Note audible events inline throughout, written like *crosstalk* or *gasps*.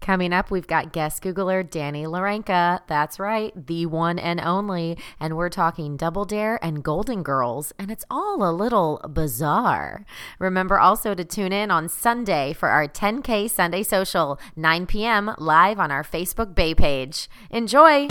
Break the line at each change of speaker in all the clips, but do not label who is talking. Coming up, we've got guest Googler Danny Larenka. That's right, the one and only. And we're talking Double Dare and Golden Girls, and it's all a little bizarre. Remember also to tune in on Sunday for our 10K Sunday Social, 9 p.m., live on our Facebook Bay page. Enjoy!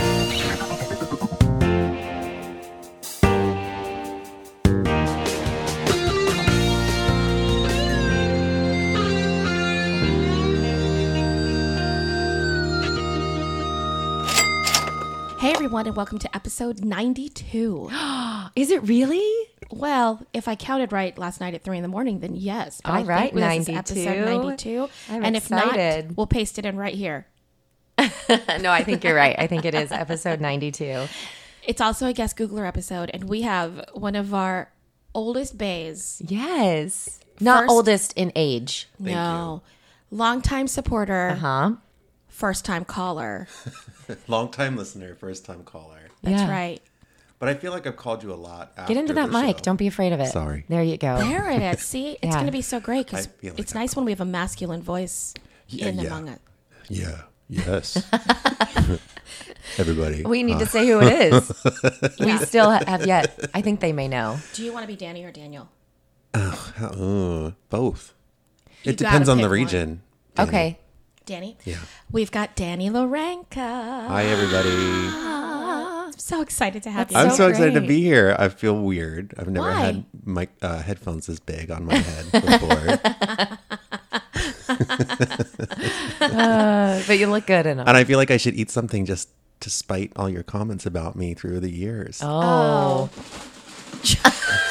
Hey everyone, and welcome to
*gasps*
episode 92.
Is it really?
well, if I counted right last night at three in the morning, then yes. But
All
I
right,
think this is
92.
episode 92.
I'm
and if
excited.
not, we'll paste it in right here.
no, I think you're right. I think it is episode 92.
It's also a guest Googler episode, and we have one of our oldest bays.
Yes. Not
First-
oldest in age.
no. Longtime supporter,
Huh?
first time caller.
Long time listener, first time caller.
That's
Yeah.
right.
But I feel like I've called you a lot. After
Get into that
the
mic.
show.
Don't be afraid of it.
Sorry.
There you go.
There it is. See, it's
Yeah.
going to be so great because
I feel like
it's
I'm-
nice when we have a masculine voice
Yeah,
in
yeah.
among us.
Yeah. Yes.
*laughs*
Everybody. Uh,
We need to say who it
*laughs*
is. we still ha- have yet. I think they may know.
Do you want to be Danny or Daniel?
Uh, both.
You
it depends
gotta
on the
pick one.
region.
Okay.
Danny?
Yeah.
We've got Danny
Ah,
Lorenka.
Hi, everybody.
I'm so excited to have you.
I'm
Uh, so
so, excited to
great.
be here. I feel weird. I've never
Why?
had my uh, headphones this big on my head
*laughs*
before.
Uh, but you look good in them.
and I feel like I should eat something just to spite all your comments about me through the years.
Oh. *laughs*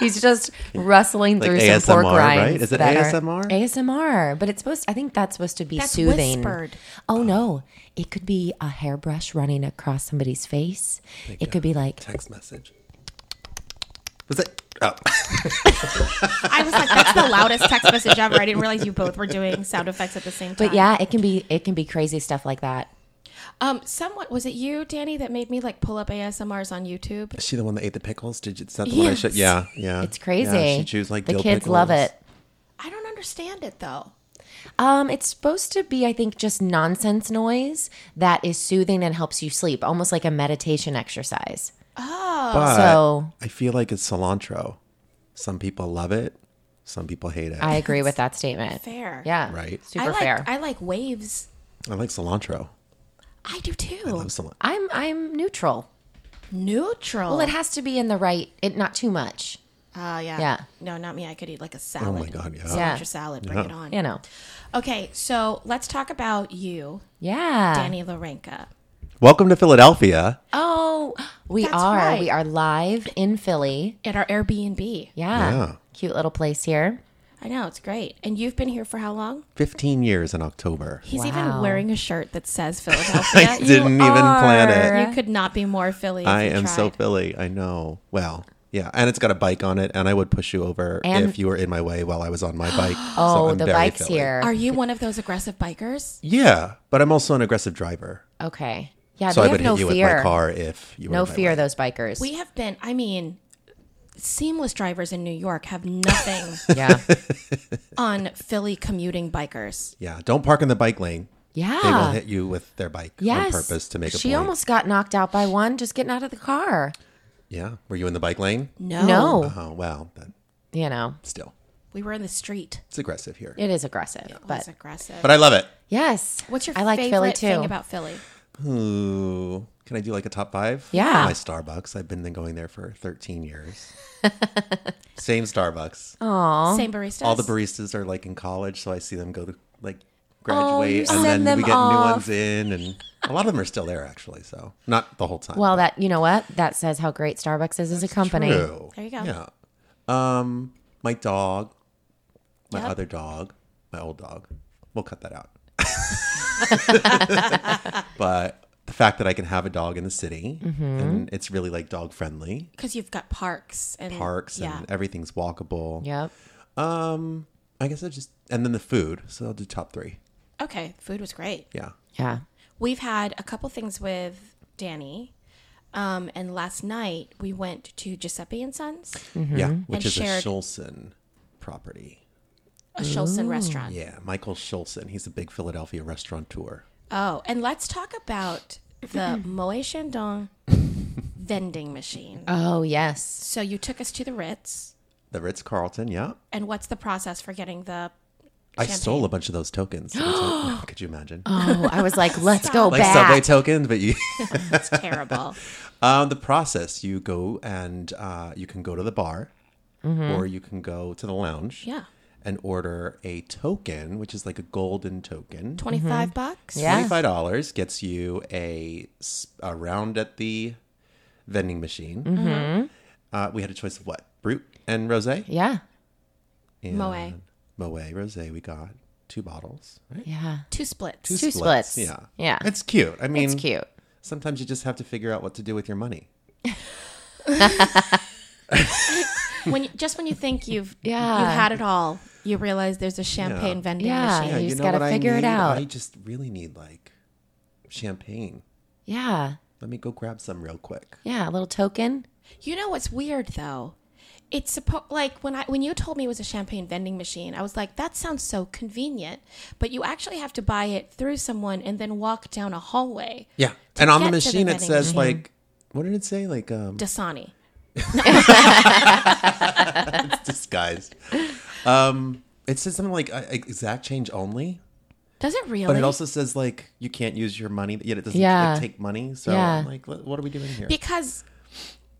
He's just rustling
Like
through some
ASMR,
pork rinds.
right? Is it
that are-
ASMR?
ASMR, but it's supposed. I think that's supposed to be
That's
soothing.
whispered.
Oh no, it could be a hairbrush running across somebody's face. it could be like
Text message. Was it? Oh.
*laughs*
*laughs*
I was *laughs* like, that's the loudest text message ever. I didn't realize you both were doing sound effects at the same time.
But yeah, it can be it can be crazy stuff like that.
Um, somewhat was it you, Danny, that made me like pull up ASMRs on YouTube?
Is she the one that ate the pickles? Did you? Is that the one I should?
Yes.
Yeah, yeah.
It's crazy.
Yeah, she chews like
the
dill
kids love
pickles.
it.
I don't understand it though.
Um, it's supposed to be, I think, just nonsense noise that is soothing and helps you sleep, almost like a meditation exercise.
But
Oh. So-
I feel like it's cilantro. Some people love it. Some people hate it.
I
I,
agree with that statement.
Fair.
Yeah.
Right. I
Super
I like
fair.
I like waves.
like cilantro.
I do too.
Love cilantro.
I'm I'm neutral.
Neutral.
Well, it has to be in the right. It not too much.
Oh yeah.
Yeah.
No, not me. I could eat like a salad.
God, yeah.
Sriracha
Yeah.
salad. Bring it on.
You know.
Okay, so let's talk about you,
Yeah.
Danny Lorenka.
Welcome to Philadelphia.
Oh, we
That's
are.
right.
We are live in Philly.
At our Airbnb.
Yeah.
Yeah.
Cute little place here.
I know, it's great. And you've been here for how long?
Fifteen years in October.
He's
Wow.
even wearing a shirt that *laughs* says Philadelphia.
I didn't even plan it.
You could not be more Philly. If
I
you
am
tried.
so Philly. I know. Well, yeah, and it's got a bike on it, and I would push you over
And-
if you were in my way while I was on my
*gasps*
bike.
Oh,
So I'm
the
very
bike's
Philly.
here.
Are you one of those aggressive bikers?
Yeah, but I'm also an aggressive driver,
okay. Yeah.
so
they
I would
have no
hit you
fear.
with my car if you were.
No
in my
fear,
way.
those bikers.
We have been. I mean, seamless drivers in New York have
*laughs*
nothing
yeah.
on Philly commuting bikers.
Yeah, don't park in the bike lane.
Yeah.
They will hit you with their bike
Ah. yes.
on purpose to make a
She
point.
almost got knocked out by one just getting out of the car.
yeah. Were you in the bike lane?
No,
No.
Oh, well, but
You know,
still,
we were in the street.
it's aggressive here.
it is aggressive.
That's
But
aggressive.
But I love it.
yes.
What's your
I like
favorite
Philly too.
thing about Philly?
Ooh, can I do like a top five?
Yeah.
My Starbucks. I've been going there for 13 years.
*laughs*
Same Starbucks.
Oh,
Same baristas.
All the baristas are like in college, so I see them go to like graduate
Oh, you
and
send
then
them
we get
off.
new ones in. And a lot of them are still there actually. So not the whole time.
well, that you know what that says how great Starbucks is as a company.
True.
There you go.
Yeah. Um, my dog, my
Yep.
other dog, my old dog. We'll cut
*laughs*
that out. but the fact that I can have a dog in the city
Mm-hmm.
and it's really like dog friendly,
because you've got parks and
parks
Yeah,
and everything's walkable.
Yep.
Um, I guess I just and then the food. So I'll do top three.
okay. Food was great.
Yeah.
Yeah.
We've had a couple things with Danny. Um, and last night we went to Giuseppe Mm-hmm. and Sons.
Yeah. Which
And
is
shared-
a Schulson property.
a Schulzen restaurant.
Yeah, Michael Schulson. He's a big Philadelphia restaurateur.
Oh, and let's talk about
*laughs*
the Moe Chandon vending machine.
Oh,
*laughs*
yes.
So you took us to the Ritz,
The Ritz Carlton, yeah.
and what's the process for getting the?
I stole a bunch of
*gasps*
those tokens. Could you imagine?
Oh, I was like, let's go
like
back.
subway tokens, but you *laughs*
*laughs*
That's terrible.
um, the process. You go and uh, you can go to the bar,
Mm-hmm.
or you can go to the lounge.
Yeah.
And order a token, which is like a golden token.
Twenty bucks.
Mm-hmm. Yeah.
Twenty-five dollars gets you a, s- a round at the vending machine.
Mm-hmm.
Uh, we had a choice of what brut and rosé.
yeah.
And
Moët.
Moët rosé. We got two bottles. Right?
Yeah.
Two splits.
Two splits.
Yeah.
Yeah.
It's cute. I mean,
It's cute.
Sometimes you just have to figure out what to do with your money.
when you, just when you think you've
Yeah.
you had it all, you realize there's a champagne vending
Yeah.
machine.
You just gotta
what I
figure it
need?
out.
I just really need like champagne.
Yeah.
Let me go grab some real quick.
Yeah. A little token.
You know what's weird though? It's supposed like when I when you told me it was a champagne vending machine, I was like, that sounds so convenient. But you actually have to buy it through someone and then walk down a hallway.
Yeah. And on
get
the
to the
machine it
vending
says
machine.
like what did it say?
*laughs*
Like um
Dasani.
disguised. um it says something like uh, exact change only,
Does it really?
but it also says like you can't use your money, yet it doesn't
Yeah.
like, take money. So
Yeah.
I'm like, what what are we doing here?
because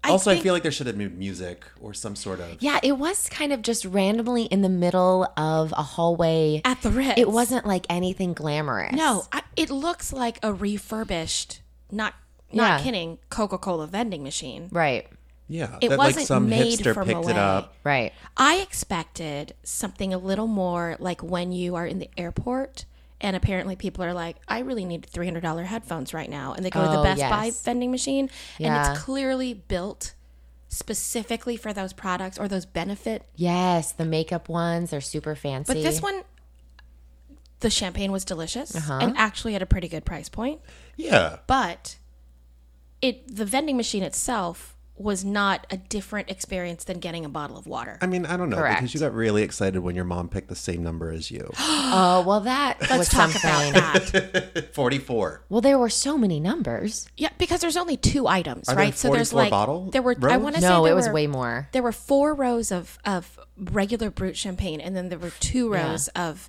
I
also,
think
I feel like there should have been music or some sort of
Yeah. It was kind of just randomly in the middle of a hallway.
at the Ritz,
It wasn't like anything glamorous.
No, I, it looks like a refurbished, not not
Yeah.
kidding, Coca Cola vending machine.
Right.
yeah.
It
that like
wasn't
some
made
hipster
for
picked
Moët.
it up.
Right.
I expected something a little more like when you are in the airport and apparently people are like, I really need $300 headphones right now. And they go to the
Oh,
Best Buy
yes.
vending machine and
Yeah.
it's clearly built specifically for those products or those benefit.
Yes. The makeup ones are super fancy.
But this one, the champagne was delicious
Uh-huh.
and actually at a pretty good price point.
Yeah.
But it the vending machine itself was not a different experience than getting a bottle of water.
I mean, I don't know
Correct.
because you got really excited when your mom picked the same number as you.
Oh, well, that was
Let's talk
something.
about that.
44.
Well, there were so many numbers.
Yeah, because there's only two items,
Are there
right? so there's
44
like
bottle
there were. I
rows?
want to say
No,
there
it was
were,
way more.
There were four rows of of regular brut champagne, and then there were two rows of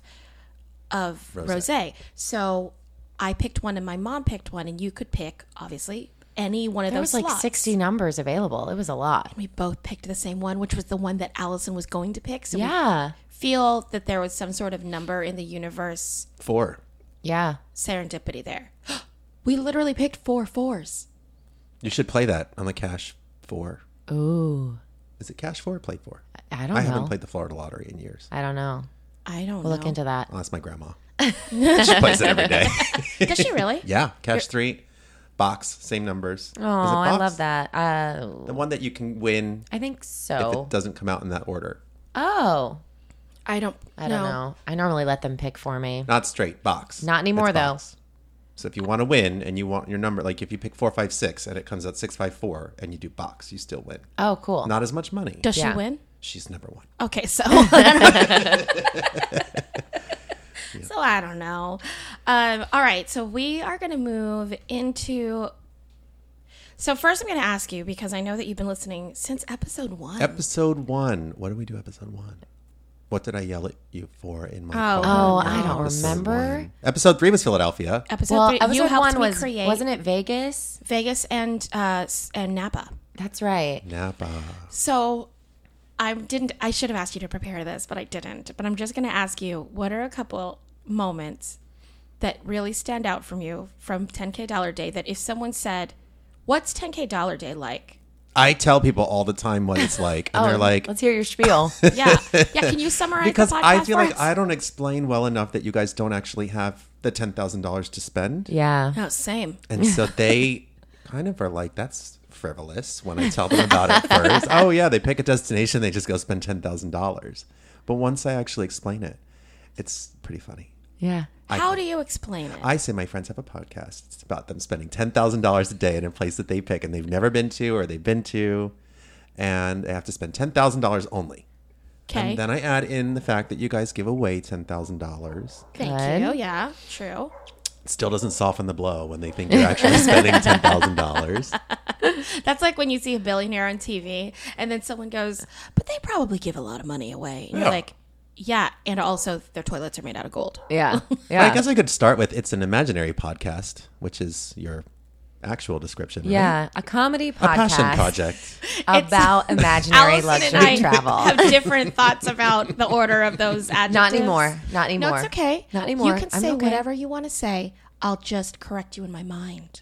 of rosé. So I picked one, and my mom picked one, and you could pick obviously any one of
There
those.
was like
slots.
60 numbers available. It was a lot.
We both picked the same one, which was the one that Allison was going to pick. So we
Yeah.
feel that there was some sort of number in the universe
Four.
Yeah.
serendipity there. *gasps* we literally picked four fours.
You should play that on the cash four.
Ooh.
Is it cash four or play four?
I don't
I
know.
haven't played the Florida lottery in years.
I don't know.
I
We'll
don't know.
look into
*laughs*
that.
Oh, that's
*laughs*
my grandma. she plays it every day.
Does she really?
yeah. Cash three, box, same numbers. Oh,
Oh, I love that. Uh,
The one that you can win
I think
if
so.
it doesn't come out in that order.
Oh,
I don't.
I don't know. I normally let them pick for me.
Not straight, box.
Not anymore,
It's
though.
box. So if you want to win and you want your number, like if you pick four, five, six and it comes out six, five, four and you do box, you still win.
Oh, cool.
Not as much money.
Does
Yeah.
she win?
She's never won.
*laughs*
Okay, so *laughs* so I don't know. Um, all right, so we are going to move into. So first, I'm going to ask you because I know that you've been listening since episode one.
Episode one. What did we do? Episode one. What did I yell at you for in my?
Oh.
Oh,
car?
I don't
Episode
remember.
one. Episode three was Philadelphia.
Episode
well,
three, you
episode
helped
one
me
was
create
wasn't it Vegas?
Vegas and uh, s- and Napa.
That's right.
Napa.
So I didn't. I should have asked you to prepare this, but I didn't. But I'm just going to ask you: What are a couple moments that really stand out from you from 10K Dollar Day? That if someone said, "What's 10K Dollar Day like?"
I tell people all the time what it's like,
*laughs*
and they're like,
Oh, let's hear your
*laughs*
spiel.
Yeah, yeah. Can you summarize?
because
the podcast
I feel
for
like
us?
I don't explain well enough that you guys don't actually have the ten thousand dollars to spend,
yeah.
No, same.
and so they kind of are like, that's frivolous when I tell them about it first. oh yeah, they pick a destination, they just go spend ten thousand dollars. But once I actually explain it, it's pretty funny.
Yeah.
How do you explain it?
I say my friends have a podcast. It's about them spending ten thousand dollars a day in a place that they pick and they've never been to or they've been to, and they have to spend ten thousand dollars only
Okay.
And then I add in the fact that you guys give away $10,000.
Thank
Good.
you. Yeah. True.
Still doesn't soften the blow when they think you're actually spending $10,000.
That's like when you see a billionaire on TV and then someone goes, but they probably give a lot of money away. And you're
Yeah.
like, yeah. And also, their toilets are made out of gold.
*laughs*
Yeah. Yeah.
I guess I could start with it's an imaginary podcast, which is your actual description. right?
yeah. A comedy
A passion
podcast
project.
about imaginary
Allison and I
luxury travel.
have different thoughts about the order of those
*laughs*
adjectives.
Not anymore. Not anymore.
No, it's okay.
Not anymore.
You can
I'm
say
okay.
whatever you want to say. I'll just correct you in my mind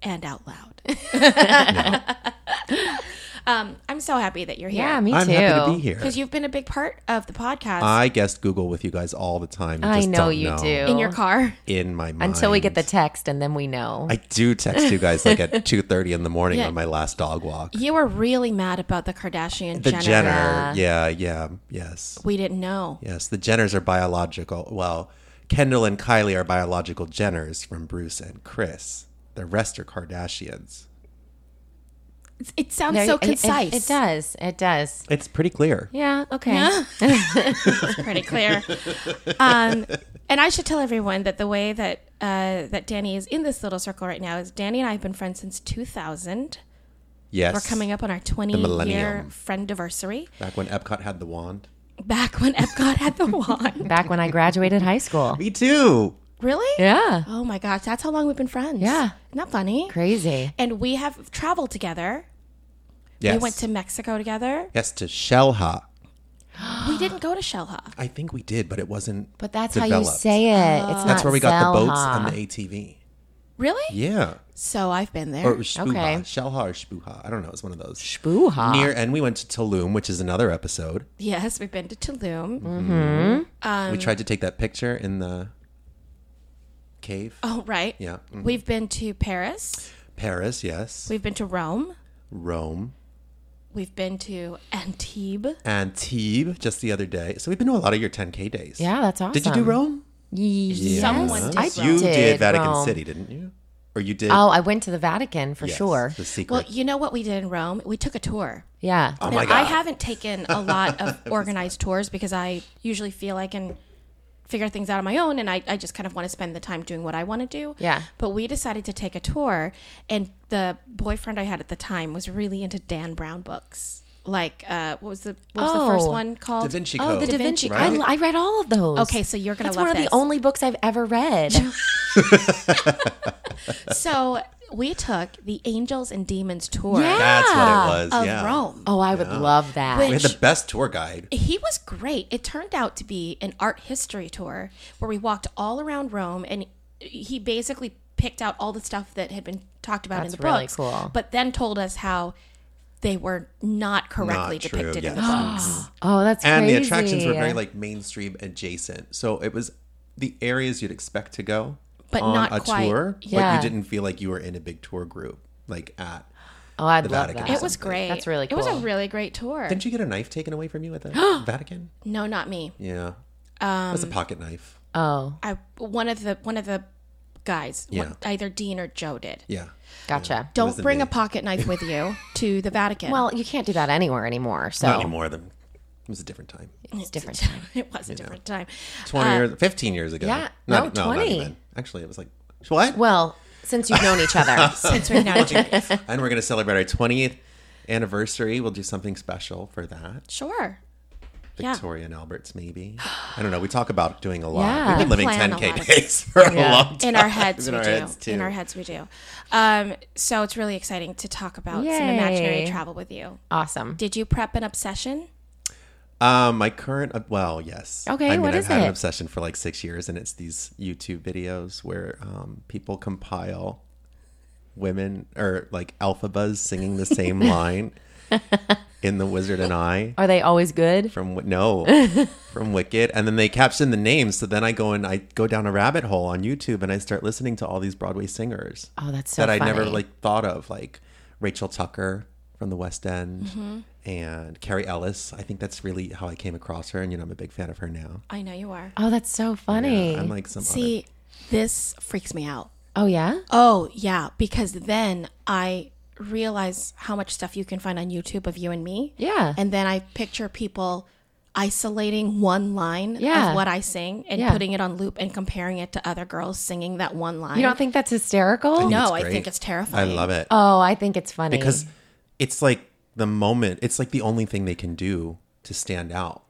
and out
*laughs*
loud. *laughs* um, I'm so happy that you're here.
Yeah, *laughs* me
I'm
too.
happy to be here.
Because you've been a big part of the podcast
I guess Google with you guys all the time. You
I
just
know
don't
you do.
in your car.
In my mind.
Until we get the text and then we know.
I do text you guys
*laughs*
like at 2:30 in the morning
Yeah.
on my last dog walk.
You were really mad about the Kardashian
The
Jenner.
Jenner,
Yeah.
yeah, yeah, yes,
We didn't know.
yes. The Jenners are biological. Well, Kendall and Kylie are biological Jenners from Bruce and Chris. The rest are Kardashians.
It- It sounds
There-
so
it- it-
concise.
It, does. It does.
It's pretty clear.
Yeah. Okay.
pretty
*laughs*
clear. Um, and I should tell everyone that the way that uh, that Danny is in this little circle right now is Danny and I have been friends since 2000.
Yes,
We're coming up on our 20 year
millennium.
friend anniversary.
back when Epcot had the wand.
Back when Epcot had
*laughs*
the wand.
Back when I graduated high school.
Me too.
Really?
Yeah.
Oh my gosh, that's how long we've been friends.
Yeah.
Isn't that funny?
Crazy.
And we have traveled together.
Yes,
We went to Mexico
*gasps*
together.
yes to Shellha.
We didn't go to Shellha.
I think we did, but it wasn't.
But that's how you
developed.
say it. It's not
That's where we got the boats
Zelha.
and the ATV.
Really?
Yeah.
So I've been there.
Or Spuha.
Okay.
Shellha or Spuha. I don't know. It's one of those.
Boo-ha.
Near, and we went to Tulum, which is another episode.
yes, we've been to Tulum.
Mm.
Um,
we tried to take that picture in the cave.
Oh, right.
Yeah. Mm.
We've been to Paris.
Paris, yes.
We've been to Rome.
Rome.
We've been to Antibes.
Antibes just the other day. So we've been to a lot of your 10K days.
Yeah, that's awesome.
Did you do Rome?
Yes.
Someone did
I
Rome.
You did, Vatican
Rome.
City, didn't you? Or you did?
Oh, I went to the Vatican for
Yes,
sure.
The secret.
Well, you know what we did in Rome? We took a tour.
Yeah.
oh my
and I
God.
haven't taken a lot of
*laughs*
organized tours because I usually feel I can figure things out on my own and I, I just kind of want to spend the time doing what I want to do.
Yeah.
But we decided to take a tour and the boyfriend I had at the time was really into Dan Brown books. Like uh, what was the what was the first
Oh.
one called?
da Vinci
Oh,
Code.
the Da Vinci.
Right?
I, I read all of those.
Okay, so you're gonna
That's
love
one of
this.
the only books I've ever
*laughs*
read.
So we took the Angels and Demons tour
That's what
Yeah.
it was.
of
yeah.
Rome.
oh, I would love that.
We
Which-
had the best tour guide.
He was great. It turned out to be an art history tour where we walked all around Rome and he basically picked out all the stuff that had been talked about
That's
in the
really
books,
cool.
but then told us how they were not correctly
Not true,
depicted in the
*gasps*
yes.
books.
oh, that's
and
crazy.
the attractions were very like mainstream adjacent. So it was the areas you'd expect to go,
But
on
not
a
quite-
tour.
Yeah.
But you didn't feel like you were in a big tour group, like at.
Oh, I'd
the
love
Vatican.
that.
It was
Something.
great.
That's really
It was a
cool.
really great tour.
Didn't you get a knife taken away from
*gasps*
you at the Vatican?
No, not me.
Yeah, um, it was a pocket knife.
oh,
I one of the one of the guys, one-
Yeah.
either Dean or Joe did.
Yeah,
gotcha.
Don't
the
bring a
name.
pocket knife with
*laughs*
you to the Vatican.
Well, you can't do that anywhere anymore.
Oh.
So
not anymore. Than it was a different time.
Uh,
it's
*laughs*
different. Time.
it was a different time.
Twenty years, fifteen years ago.
yeah,
Not-
no,
not
20.
even. Actually, it was like what?
Well, since you've known each
*laughs*
other,
Since we've known each other.
and we're gonna celebrate our twentieth anniversary. We'll do something special for that.
Sure. Yeah.
Victoria and Albert's maybe. I don't know. We talk about doing a lot.
Yeah.
We've been living
plan a
10k
lot.
days for a
Yeah.
long time. *laughs*
In our heads,
In
we
our
do.
heads, too.
In our heads, we do. Um, so it's really exciting to talk about some
Yay.
imaginary travel with you.
awesome.
Did you prep an obsession?
Um, my current, well, yes.
Okay,
I mean,
what
I've
is
had
it?
an obsession for like six years, and it's these YouTube videos where um, people compile women or like alphabas singing the
*laughs*
same line in The Wizard and I
Are they always good?
from
*laughs*
Wi- no from Wicked, and then they caption the names. So then I go and I go down a rabbit hole on YouTube, and I start listening to all these Broadway singers
Oh, that's so
that I never
funny.
like thought of, like Rachel Tucker from the West End
Mm-hmm.
and Carrie Ellis. I think that's really how I came across her, and you know I'm a big fan of her now.
I know you are.
Oh, that's so funny.
I'm like some other.
See, this freaks me out.
oh yeah.
Oh, yeah. Because then I realize how much stuff you can find on YouTube of you and me.
Yeah.
And then I picture people isolating one line
Yeah.
of what I sing and
Yeah.
putting it on loop and comparing it to other girls singing that one line.
You don't think that's hysterical?
no,
It's
I
great.
think it's terrifying.
I love it.
Oh, I think it's funny.
because it's like the moment it's like the only thing they can do to stand out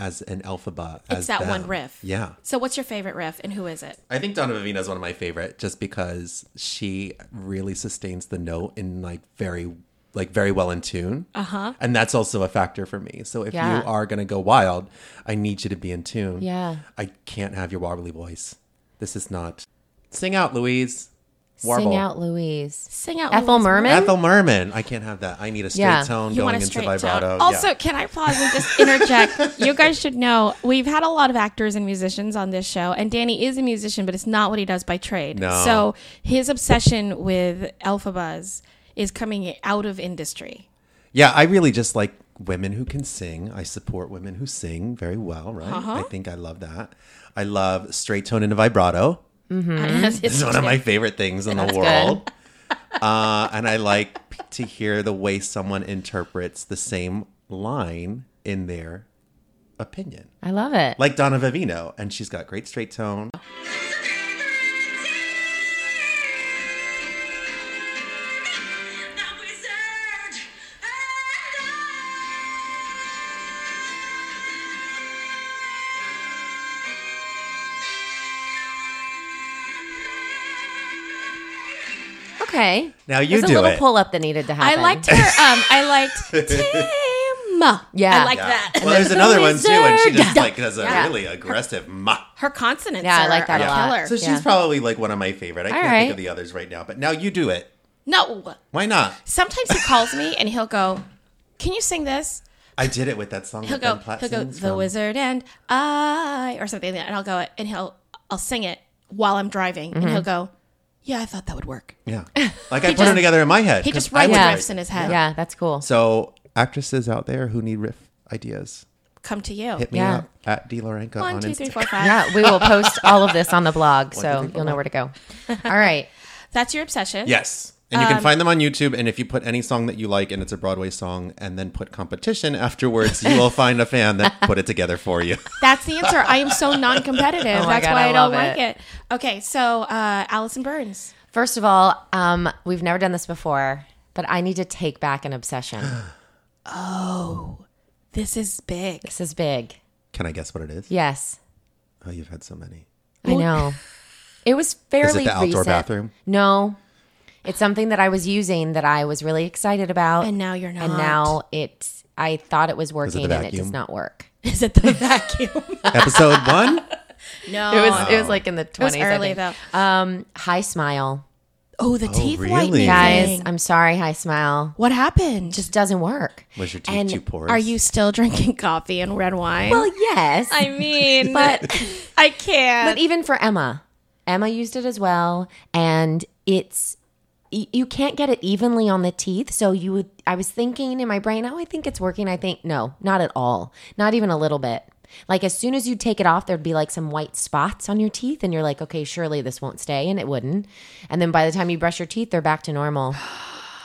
as an alphaba as
It's that one
them.
riff.
yeah
So what's your favorite riff and who is it?
i think donna vivina is one of my favorite just because she really sustains the note in like very like very well in tune uh-huh and that's also a factor for me so if
Yeah.
you are gonna go wild i need you to be in tune
Yeah.
i can't have your warbly voice this is not sing out louise
Sing out, Louise.
Sing out
Ethel
Louise Merman.
Merman?
Ethel Merman, I can't have that. I need a straight
Yeah.
tone
You want
going
a
into
straight
vibrato.
tone.
Yeah.
Also, can I pause and just
*laughs*
interject? you guys should know we've had a lot of actors and musicians on this show, and Danny is a musician, but it's not what he does by trade.
No.
So his obsession with Alpha Buzz is coming out of industry.
Yeah, I really just like women who can sing. I support women who sing very well, right? I think I love that. I love straight tone into vibrato.
Mm-hmm.
It's one of my favorite things in the world. uh, and I like p- to hear the way someone interprets the same line in their opinion.
I love it.
Like Donna Vivino, and she's got great straight tone.
okay.
Now you
There's
do
a little
it.
pull up that needed to
I
happen.
liked her. Um, I liked
*laughs*
Tim.
Yeah.
I like
Yeah.
that.
Well, there's another one too, and she just
Yeah.
like does a
Yeah.
really aggressive ma.
Her consonants.
Yeah, I
are-
like that
are
a lot.
Killer.
So she's
Yeah.
probably like one of my favorite. I can't
right.
think of the others right now, but now you do it.
no.
Why not?
Sometimes he calls me and he'll go, "Can you sing this?"
I did it with that song.
he'll
that
go,
Ben Platt
he'll go,
sings
the
from-
wizard and I, or something like that. And I'll go, and he'll, I'll sing it while I'm driving. And he'll
Mm-hmm.
go, yeah, I thought that would work. *laughs*
Yeah, like I
just-
put them together in my head.
He
'cause
just
I
writes
would
Yeah.
write.
riffs in his head.
Yeah, that's cool.
So actresses out there who need riff ideas,
Come to you.
hit me
Yeah.
up at D Lorenco
One,
on
two, three,
Instagram.
four, five.
Yeah, we will post all of this on the blog,
do you
so
think
you'll know
about
where to go.
*laughs*
All right.
That's your obsession.
Yes. And you
Um,
can find them on YouTube. And if you put any song that you like and it's a Broadway song and then put competition afterwards, you
*laughs*
will find a fan that put it together for you. *laughs*
That's the answer. I am so non-competitive. That's
Oh God,
why
I
I, don't
love
like it. Okay. So, uh, Allison Burns.
First of all, um, we've never done this before, but I need to take back an
*gasps*
obsession.
This is big.
This is big.
Can I guess what it is?
Yes,
Oh, you've had so many.
I know. It was fairly
*laughs* Is it the outdoor
recent.
bathroom?
No, it's something that I was using that I was really excited about,
And now you're not.
and now it's. I thought it was
it
working,
the
and it does
vacuum?
not work.
*laughs* is it
*laughs*
the vacuum?
Episode one?
no.
It was. It
Oh.
was like in the
was
twenties.
early,
though. Um, high smile,
oh, the teeth
really?
whitening.
guys. I'm sorry, high smile.
What happened?
Just doesn't work.
*laughs*
Was your teeth
And
too porous?
Are you still *laughs* drinking coffee and red wine?
Well, yes.
I mean, but *laughs* I can't.
but even for Emma, Emma used it as well, and it's y- you can't get it evenly on the teeth. So you would. I was thinking in my brain, oh, I think it's working. I think no, not at all, not even a little bit. Like as soon as you take it off, there'd be like some white spots on your teeth, and you're like, okay, surely this won't stay, and it wouldn't. And then by the time you brush your teeth, they're back to normal.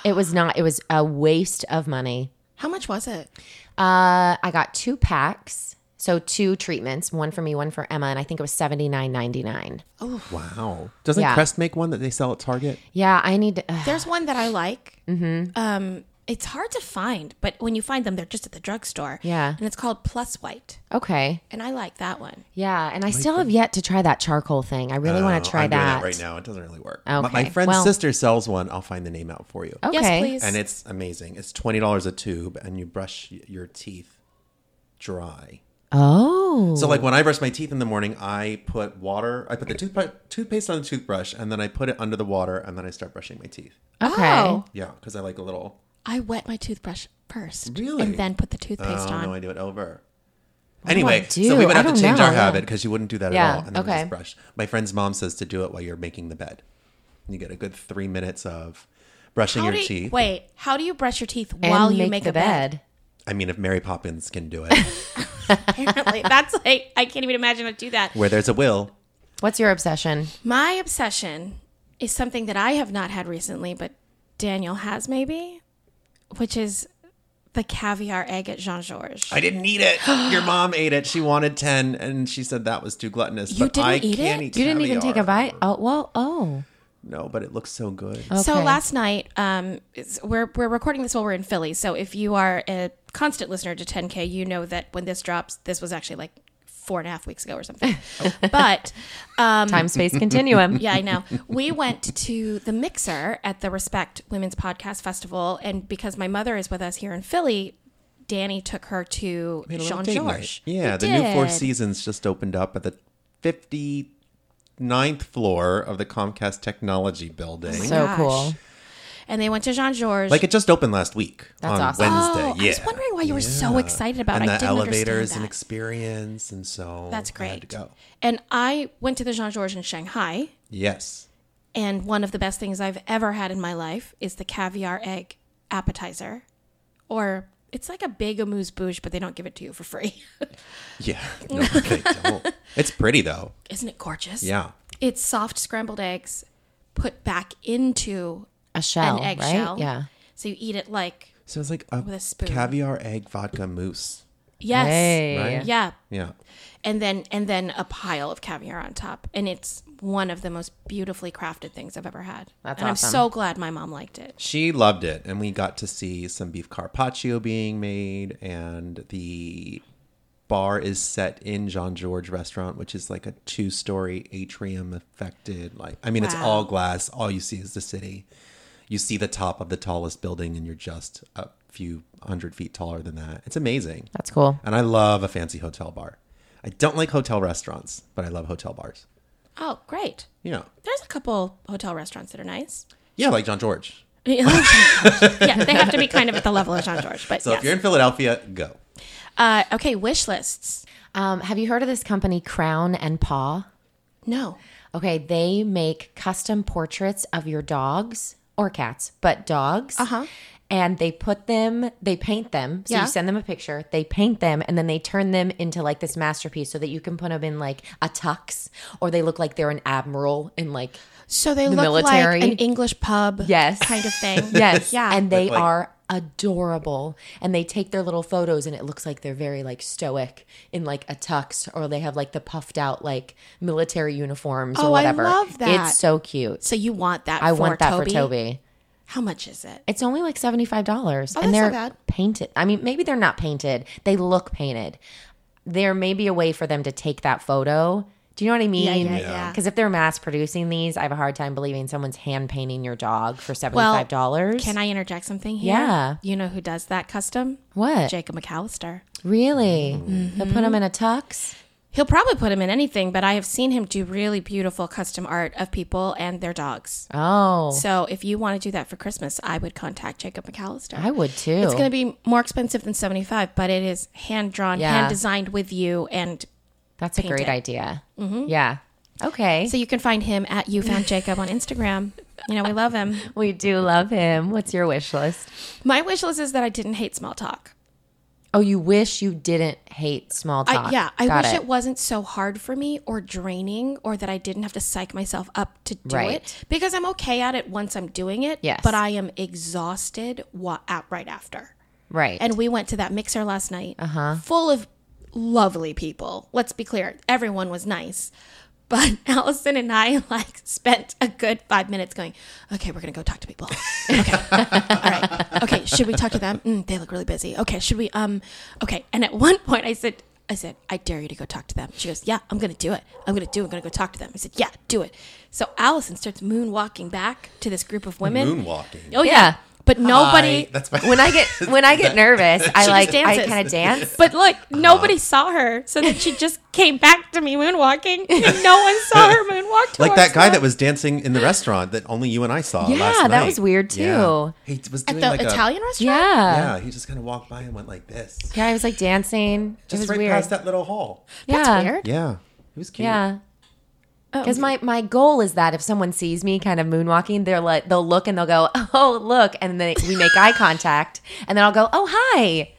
It was not. It was a waste of money.
How much was it?
Uh, I got two packs, so two treatments, one for me, one for Emma, and I think it was seventy nine ninety nine.
Wow. Doesn't
Yeah.
Crest make one that they sell at Target?
Yeah, I need to. ugh.
There's one that I like.
Mm-hmm.
Um, it's hard to find, but when you find them, they're just at the drugstore.
Yeah.
and it's called Plus White,
okay.
and I like that one.
Yeah, and I still have yet to try that charcoal thing. I really want to
No,
try
Uh, Oh, I'm doing
that.
right now. It doesn't really work. My- My,
Okay.
friend's
Well-
sister sells one. I'll find the name out for you.
Okay.
Yes, please.
And it's amazing. It's twenty dollars a tube, and you brush y- your teeth dry.
Oh.
So, like when I brush my teeth in the morning, I put water. I put the toothpaste toothpaste on the toothbrush, and then I put it under the water, and then I start brushing my teeth.
Okay.
Oh,
Yeah, because I like a little.
I wet my toothbrush first,
Really?
and then put the toothpaste
Oh
on.
no, I do it over. Anyway,
do I
so we
do?
would
I
have to
don't
change
know.
our
Yeah.
habit because you wouldn't do that
Yeah,
at all, and then
okay.
just brush. My friend's mom says to do it while you're making the bed. You get a good three minutes of brushing
How
your
do you-
teeth.
Wait, how do you brush your teeth
And
while you make
the
a bed?
I mean, if Mary Poppins can do
*laughs*
it,
*laughs* Apparently, that's like I can't even imagine how to do that.
where there's a will,
What's your obsession?
My obsession is something that I have not had recently, but Daniel has maybe, which is the caviar egg at Jean Georges.
I didn't
*gasps*
eat it. Your mom ate it. She wanted 10 and she said that was too gluttonous.
You
but I
didn't eat
can't
it?
eat
You didn't even
caviar.
take a bite. Oh well. Oh.
No, but it looks so good.
So
Okay.
last night, um, it's- we're we're recording this while we're in Philly. So if you are a constant listener to 10K, you know that when this drops, this was actually like four and a half weeks ago or something. But um,
Time space continuum.
*laughs* yeah, I know. We went to the mixer at the Respect Women's Podcast Festival, and because my mother is with us here in Philly, Danny took her to
Made a little
Jean
date night.
Georges.
Yeah,
We
the new Four
did.
Seasons just opened up at the 59th floor of the Comcast Technology Building.
So
Gosh.
cool.
and they went to Jean Georges.
like it just opened last week
That's
on
awesome.
Wednesday.
Oh,
yeah.
I was wondering why you were so
Yeah.
excited about
and
it.
the
I didn't
elevator is
understand
an
that.
experience, and so
That's
I had to
great.
go.
And I went to the Jean Georges in Shanghai,
Yes,
and one of the best things I've ever had in my life is the caviar egg appetizer, or it's like a big amuse bouche, but they don't give it to you for free. *laughs*
yeah. *laughs* No, they don't. It's pretty though.
Isn't it gorgeous?
Yeah,
It's soft scrambled eggs put back into
A shell.
an eggshell.
Right? Yeah.
So you eat it like
so it's like a,
a spoon.
caviar egg vodka mousse.
yes,
Hey.
Right?
yeah,
Yeah,
and then and then a pile of caviar on top, and it's one of the most beautifully crafted things I've ever had.
That's
and
awesome.
I'm so glad my mom liked it.
she loved it, and we got to see some beef carpaccio being made, and the bar is set in Jean George restaurant which is like a two-story atrium affected like I mean it's
Wow.
all glass all you see is the city you see the top of the tallest building and you're just a few hundred feet taller than that it's amazing
That's cool.
and I love a fancy hotel bar. I don't like hotel restaurants, but I love hotel bars.
Oh, great!
Yeah.
There's a couple hotel restaurants that are nice. *laughs*
Yeah, like John George.
yeah, they have to be kind of at the level of Jean George, but
So
yes.
if you're in Philadelphia, go.
uh, okay, wish lists.
Um, have you heard of this company, Crown and Paw?
No,
Okay, they make custom portraits of your dogs or cats, but dogs. Uh huh. And they put them, they paint them. So
Uh-huh. Yeah.
you send them a picture, they paint them, and then they turn them into like this masterpiece so that you can put them in like a tux or they look like they're an admiral in like,
so they
The
look
military?
like an English pub,
Yes.
*laughs* kind of thing.
*laughs* yes.
yeah,
And they
like-
are adorable. And they take their little photos and it looks like they're very like stoic in like a tux or they have like the puffed out like military uniforms
Oh,
or
I
whatever.
love that.
It's so cute.
So you want that?
I
for
want that for
Toby.
Toby. Oh,
How much is it?
It's only like seventy five dollars,
that's
and they're
not bad.
painted. I mean, maybe they're not painted; they look painted. There may be a way for them to take that photo. Do you know what I mean?
yeah, Yeah. yeah.
Because if they're mass producing these, I have a hard time believing someone's hand painting your dog for seventy five dollars.
Can I interject something here?
Yeah.
You know who does that custom?
What?
Jacob McAllister.
Really? They'll put them in a tux.
He'll probably put him in anything, but I have seen him do really beautiful custom art of people and their dogs.
Oh,
So if you want to do that for Christmas, I would contact Jacob McAllister.
I would too.
It's going to be more expensive than 75, but it is hand drawn,
Yeah.
hand designed with you and
That's a
paint
great
it.
idea. Yeah. Okay.
so you can find him at you found Jacob on Instagram. You know, we love
*laughs*
him.
we do love him. What's your wish list?
My wish list is that I didn't hate small talk.
Oh, you wish you didn't hate small talk.
I, yeah, I
Got
wish it. wasn't so hard for me or draining or that I didn't have to psych myself up to do
Right.
it because I'm okay at it once I'm doing it.
Yes.
But I am exhausted wa- at, right after.
right.
And we went to that mixer last night full of lovely people. Let's be clear, everyone was nice. *laughs* But Allison and I *laughs* like spent a good five minutes going, okay, we're going to go talk to people. *laughs* Okay. All right. Okay. Should we talk to them? Mm, they look really busy. Okay. Should we? Um, okay. And at one point I said, I said, I dare you to go talk to them. She goes, yeah, I'm going to do it. I'm going to do it. I'm going to go talk to them. I said, yeah, do it. So Allison starts moonwalking back to this group of women.
Moonwalking.
Oh yeah.
Yeah.
But nobody,
I- that's my
when I
*laughs*
get when I get nervous, I like I
dances.
kind of dance.
But look,
Uh-huh.
nobody saw her, so then she just came back to me moonwalking, and no one saw
*laughs*
her moonwalk.
like
towards
that guy
her.
that was dancing in the restaurant that only you and I saw.
Yeah,
last
that
night.
was weird,
Yeah.
too.
He was
at
doing
the
like
Italian restaurant.
*laughs*
A,
Yeah.
yeah, he just kind of walked by and went like this,
Yeah, I was like dancing. it
just
was
right
weird.
past that little hall.
yeah.
that's weird.
Yeah, he was cute.
Yeah. Because my, my goal is that if someone sees me kind of moonwalking, they're like they'll look and they'll go, oh look, and then we make eye contact, and then I'll go, oh hi,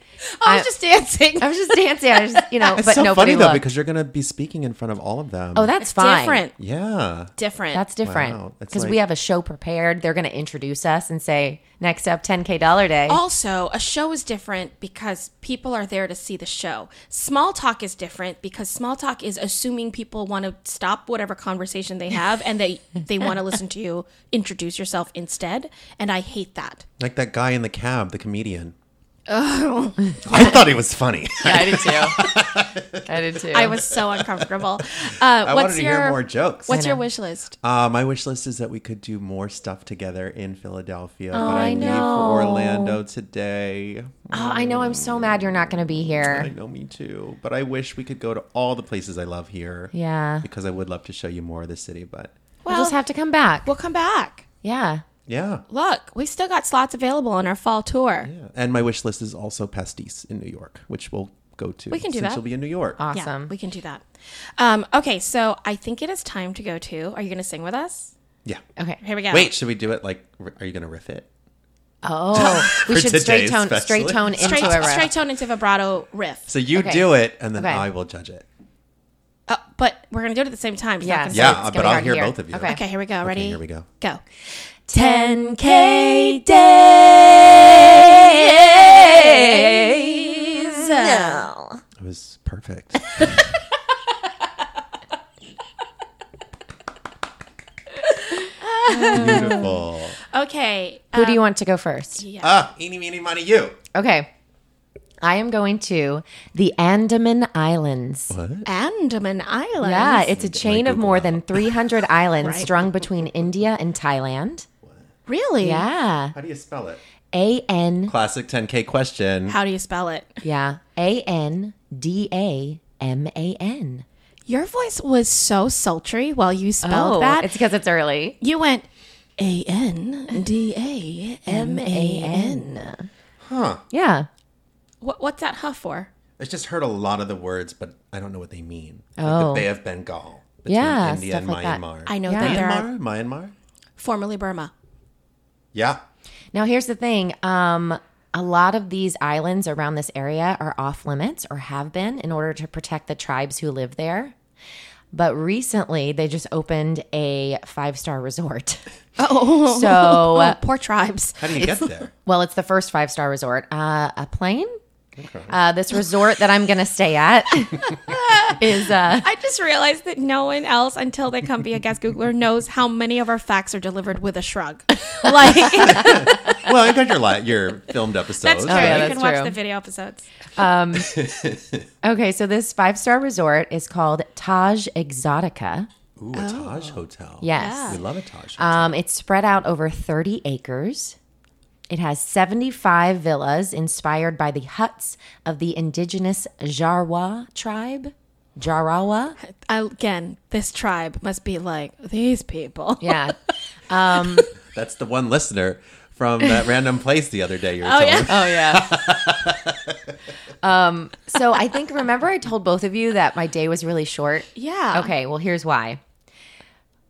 I was just dancing.
I was just dancing. I was, just, you know,
It's
but
so
nobody
funny though
looked.
because you're gonna be speaking in front of all of them.
oh, that's
It's
fine.
different.
yeah.
Different.
That's
Wow,
different
it's
because
like-
we have a show prepared. They're going to introduce us and say, "Next up, 10k dollar day." *laughs*
also a show is different because people are there to see the show. Small talk is different because small talk is assuming people want to stop whatever conversation they have and they they want to listen to you introduce yourself instead. And I hate that.
Like that guy in the cab, the
*laughs*
comedian. Oh. I thought he was funny. *laughs*
I did too. I did too.
I was so
*laughs*
uncomfortable. Uh,
I
what's
wanted to
your
hear more jokes.
What's your wish list?
Uh, my wish list is that we could do more stuff together in Philadelphia. but
I
I, leave
know.
for Orlando today.
Oh, I know. I'm so mad you're not going to be
I
here.
know me too. But I wish we could go to all the places I love here.
Yeah.
Because I would love to show you more of the city. But
we'll just have to come back.
We'll come back.
yeah.
yeah.
Look, we still got slots available on our fall tour.
yeah. And my wish list is also Pastis in New York, which we'll go to.
We can do
since
that.
you'll be in New York.
Yeah,
Awesome.
we can do that. Um, okay, so I think it is time to go to. Are you going to sing with us?
yeah.
okay.
Here we go.
Wait, should we do it like, r- are you going to riff it?
*laughs* Oh, we
For
should straight
today,
tone, straight
especially.
tone into
straight,
a row.
straight tone into vibrato riff.
So you
Okay.
do it, and then
Okay.
I will judge it.
Uh, but we're gonna do it at the same time. It's not
Yeah.
gonna-
Yeah,
it's
but
gonna be
I'll
hard
hear
to
both of you.
Okay.
Okay, here we go. Ready?
here we go.
Go.
10k days.
It was perfect. Beautiful.
Okay.
Who do you want to go first?
Ah, eeny, meeny, miny, you.
Okay. I am going to the Andaman Islands.
Andaman Islands.
Yeah, it's a chain of
Google
more
that.
than 300 islands
Right.
strung between India and Thailand.
really.
Yeah.
How do you spell it?
A N
Classic 10K question.
How do you spell it?
Yeah. A N D A M A N.
Your voice was so sultry while you spelled
Oh,
that.
it's because it's early.
you went A N D A M A N.
Huh.
Yeah.
What, what's that huh for?
I just heard a lot of the words, but I don't know what they mean.
Oh.
Like the Bay of Bengal. Between
Yeah,
India
stuff
and
like that.
Myanmar.
I know
Yeah.
that there are
Myanmar? Myanmar?
formerly Burma.
Yeah.
Now here's the thing. Um a lot of these islands around this area are off limits or have been in order to protect the tribes who live there. But recently they just opened a five-star resort. *laughs*
Oh,
So *laughs*
poor tribes.
How do you get there?
Well, it's the first five star resort. Uh, a plane. Uh, this resort that I'm going to stay at *laughs* is uh,
*laughs* I just realized that no one else, until they come be a guest Googler, knows how many of our facts are delivered with a *laughs* shrug. Like,
well, I got your li- your filmed episodes.
That's true.
Oh, yeah,
you
that's
can watch
true.
the video episodes.
okay. So this five star resort is called Taj Exotica.
Ooh, a Taj Hotel.
Yes.
We love a Taj
Oh.
Hotel.
Um, it's spread out over 30 acres. It has 75 villas inspired by the huts of the indigenous Jarwa tribe. Jarawa.
Again, this tribe must be like these people.
Yeah.
That's the one listener
*laughs*
from that random place the other day you were
Oh yeah.
telling
*laughs* Oh *laughs* yeah. um, so I think remember I told both of you that my day was really short.
Yeah.
Okay, well here's why.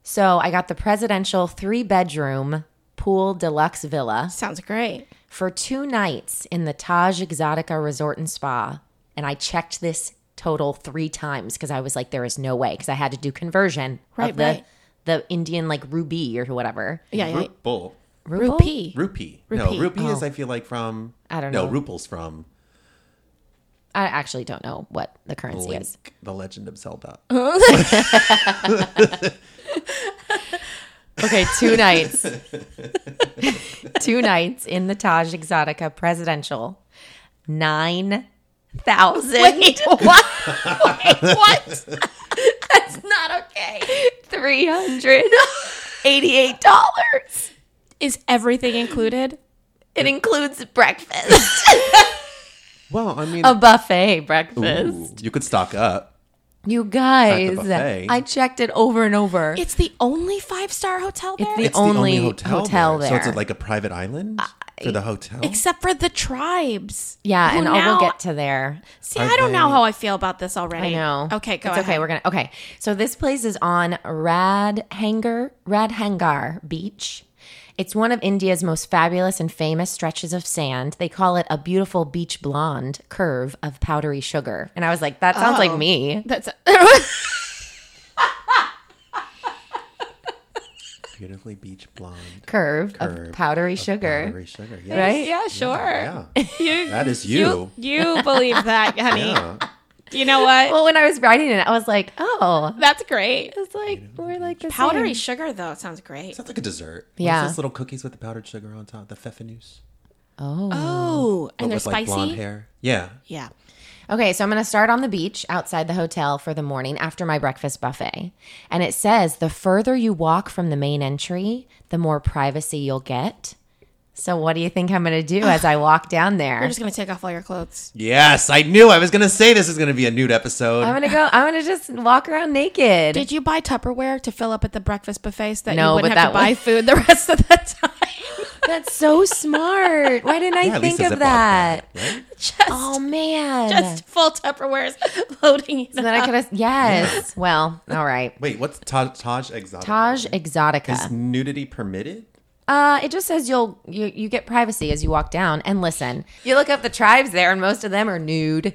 So I got the presidential three bedroom pool deluxe villa
Sounds great.
for two nights in the Taj Exotica Resort and Spa, and I checked this total three times because I was like, there is no way because I had to do conversion
Right,
of the
right.
the Indian like rupee or whatever.
Yeah. yeah.
Rupal.
Ruble?
Rupee.
Rupee. No,
Rupee.
rupee is I feel like from
Oh. I don't know.
No, Rupal's from
I actually don't know what the currency
Link,
is.
The Legend of Zelda.
Uh-huh. Okay, two nights. two nights in the Taj Exotica Presidential. 9,000. Wait, *laughs* what?
what? That's not okay.
$388.
Is everything included?
It includes breakfast.
Well, I mean,
A buffet breakfast.
ooh, you could stock up.
You guys,
buffet.
I checked it over and over.
It's the only five star hotel there,
the-
It's only the
only
only hotel,
hotel
there. So
there.
it's like a private island for the hotel.
except for the tribes.
yeah,
who
and I'll
now-
we'll get to there.
See,
Are
I don't know
they-
how I feel about this already.
I know.
Okay, go
it's
ahead.
okay. We're gonna okay. So this place is on Rad Hangar Rad Hangar Beach, It's one of India's most fabulous and famous stretches of sand. They call it a beautiful beach blonde curve of powdery sugar. And I was like, that sounds
Oh.
like me.
*laughs* That's
Beautifully beach blonde.
Curve,
curve
of powdery
of
sugar.
powdery sugar, yes.
Right?
yeah, sure.
*laughs*
Yeah. That is you.
You believe
*laughs*
that, honey.
Yeah.
You know what?
Well, when I was writing it, I was like, oh,
That's great.
it's like we're like the
Powdery
same.
sugar though sounds great.
Sounds like a dessert.
Yeah.
What's those little cookies with the powdered sugar on top, the pfeffernuce.
Oh.
Oh, and they're
with like
spicy.
blonde hair. Yeah.
Yeah.
Okay, so I'm going to start on the beach outside the hotel for the morning after my breakfast buffet. And it says the further you walk from the main entry, the more privacy you'll get. So what do you think I'm going to do as *laughs* I walk down
You're
there?
just gonna take off all your clothes.
Yes, I knew I was gonna say this is gonna be a nude episode.
I'm going to go I'm going to just walk around naked.
Did you buy Tupperware to fill up at the breakfast buffet so that
No,
you wouldn't
but
have to
that
buy
would-
food the rest of the *laughs* time?
That's so smart. Why didn't I
Yeah, at least
think
it's
of
a
that?
black bag, right?
just,
Oh man.
just full Tupperwares loading it.
so then I
up.
could *laughs* have Yes. Well, all right.
Wait, what's Taj, Taj Exotic?
Taj
Is
Exotica.
nudity permitted?
Uh, it just says you'll you, you get privacy as you walk down and listen. You look up the tribes there, and most of them are nude.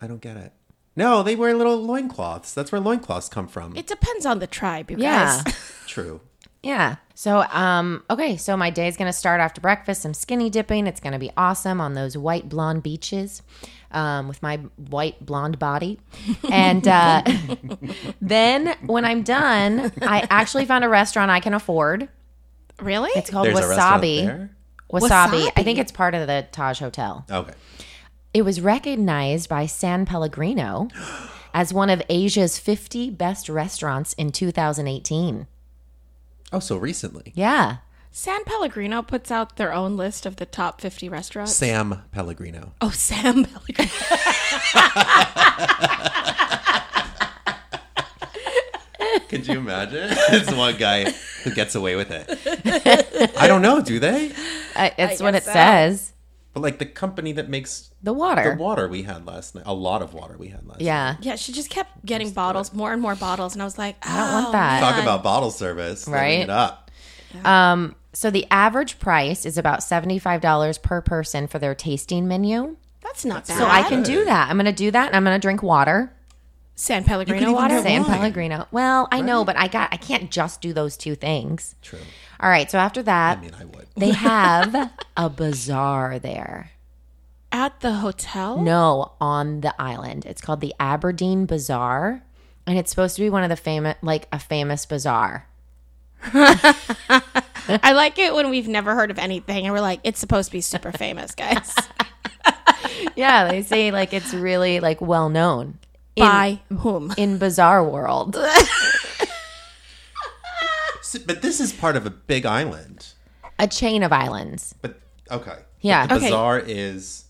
I don't get it. No, they wear little loincloths. That's where loincloths come from.
It depends on the tribe, you
Yeah.
guys. *laughs*
True.
Yeah. So, um, okay, so my day's gonna start after breakfast. Some skinny dipping. It's gonna be awesome on those white blonde beaches, um, with my white blonde body. And uh, *laughs* then when I'm done, I actually found a restaurant I can afford.
Really?
It's called
There's a restaurant
Wasabi.
there?
Wasabi.
Wasabi.
I think it's part of the Taj Hotel.
Okay.
It was recognized by San Pellegrino as one of Asia's 50 best restaurants in 2018.
Oh, so recently.
Yeah.
San Pellegrino puts out their own list of the top 50 restaurants.
Sam Pellegrino.
oh, Sam Pellegrino.
Could you imagine? *laughs* it's one guy who gets away with it.
*laughs*
I don't know, do they?
I, it's what it
guess so.
says.
But like the company that makes
The water.
the water we had last night, a lot of water we had last night.
yeah.
Yeah, she just kept getting bottles, more and more bottles, and I was like, oh, I
don't want that.
Talk about bottle service. living
Right.
It up.
Um, so the average price is about $75 per person for their tasting menu.
That's not bad.
So I can do that. I'm going to do that and I'm going to drink water.
San
You
Pellegrino
could even
water.
do
San
wine.
Pellegrino. Well, I know, but I got I can't just do those two things.
True.
All right, so after that,
I mean, I would.
they have a bazaar there.
at the hotel.
No, on the island. It's called the Aberdeen Bazaar, and it's supposed to be one of the famous, like a famous bazaar.
I like it when we've never heard of anything, and we're like, it's supposed to be super famous, guys.
Yeah, they say like it's really like well known *laughs* in,
By whom?
in bazaar world.
S- But this is part of a big island.
A chain of islands.
But okay.
Yeah.
But the
Okay.
bazaar is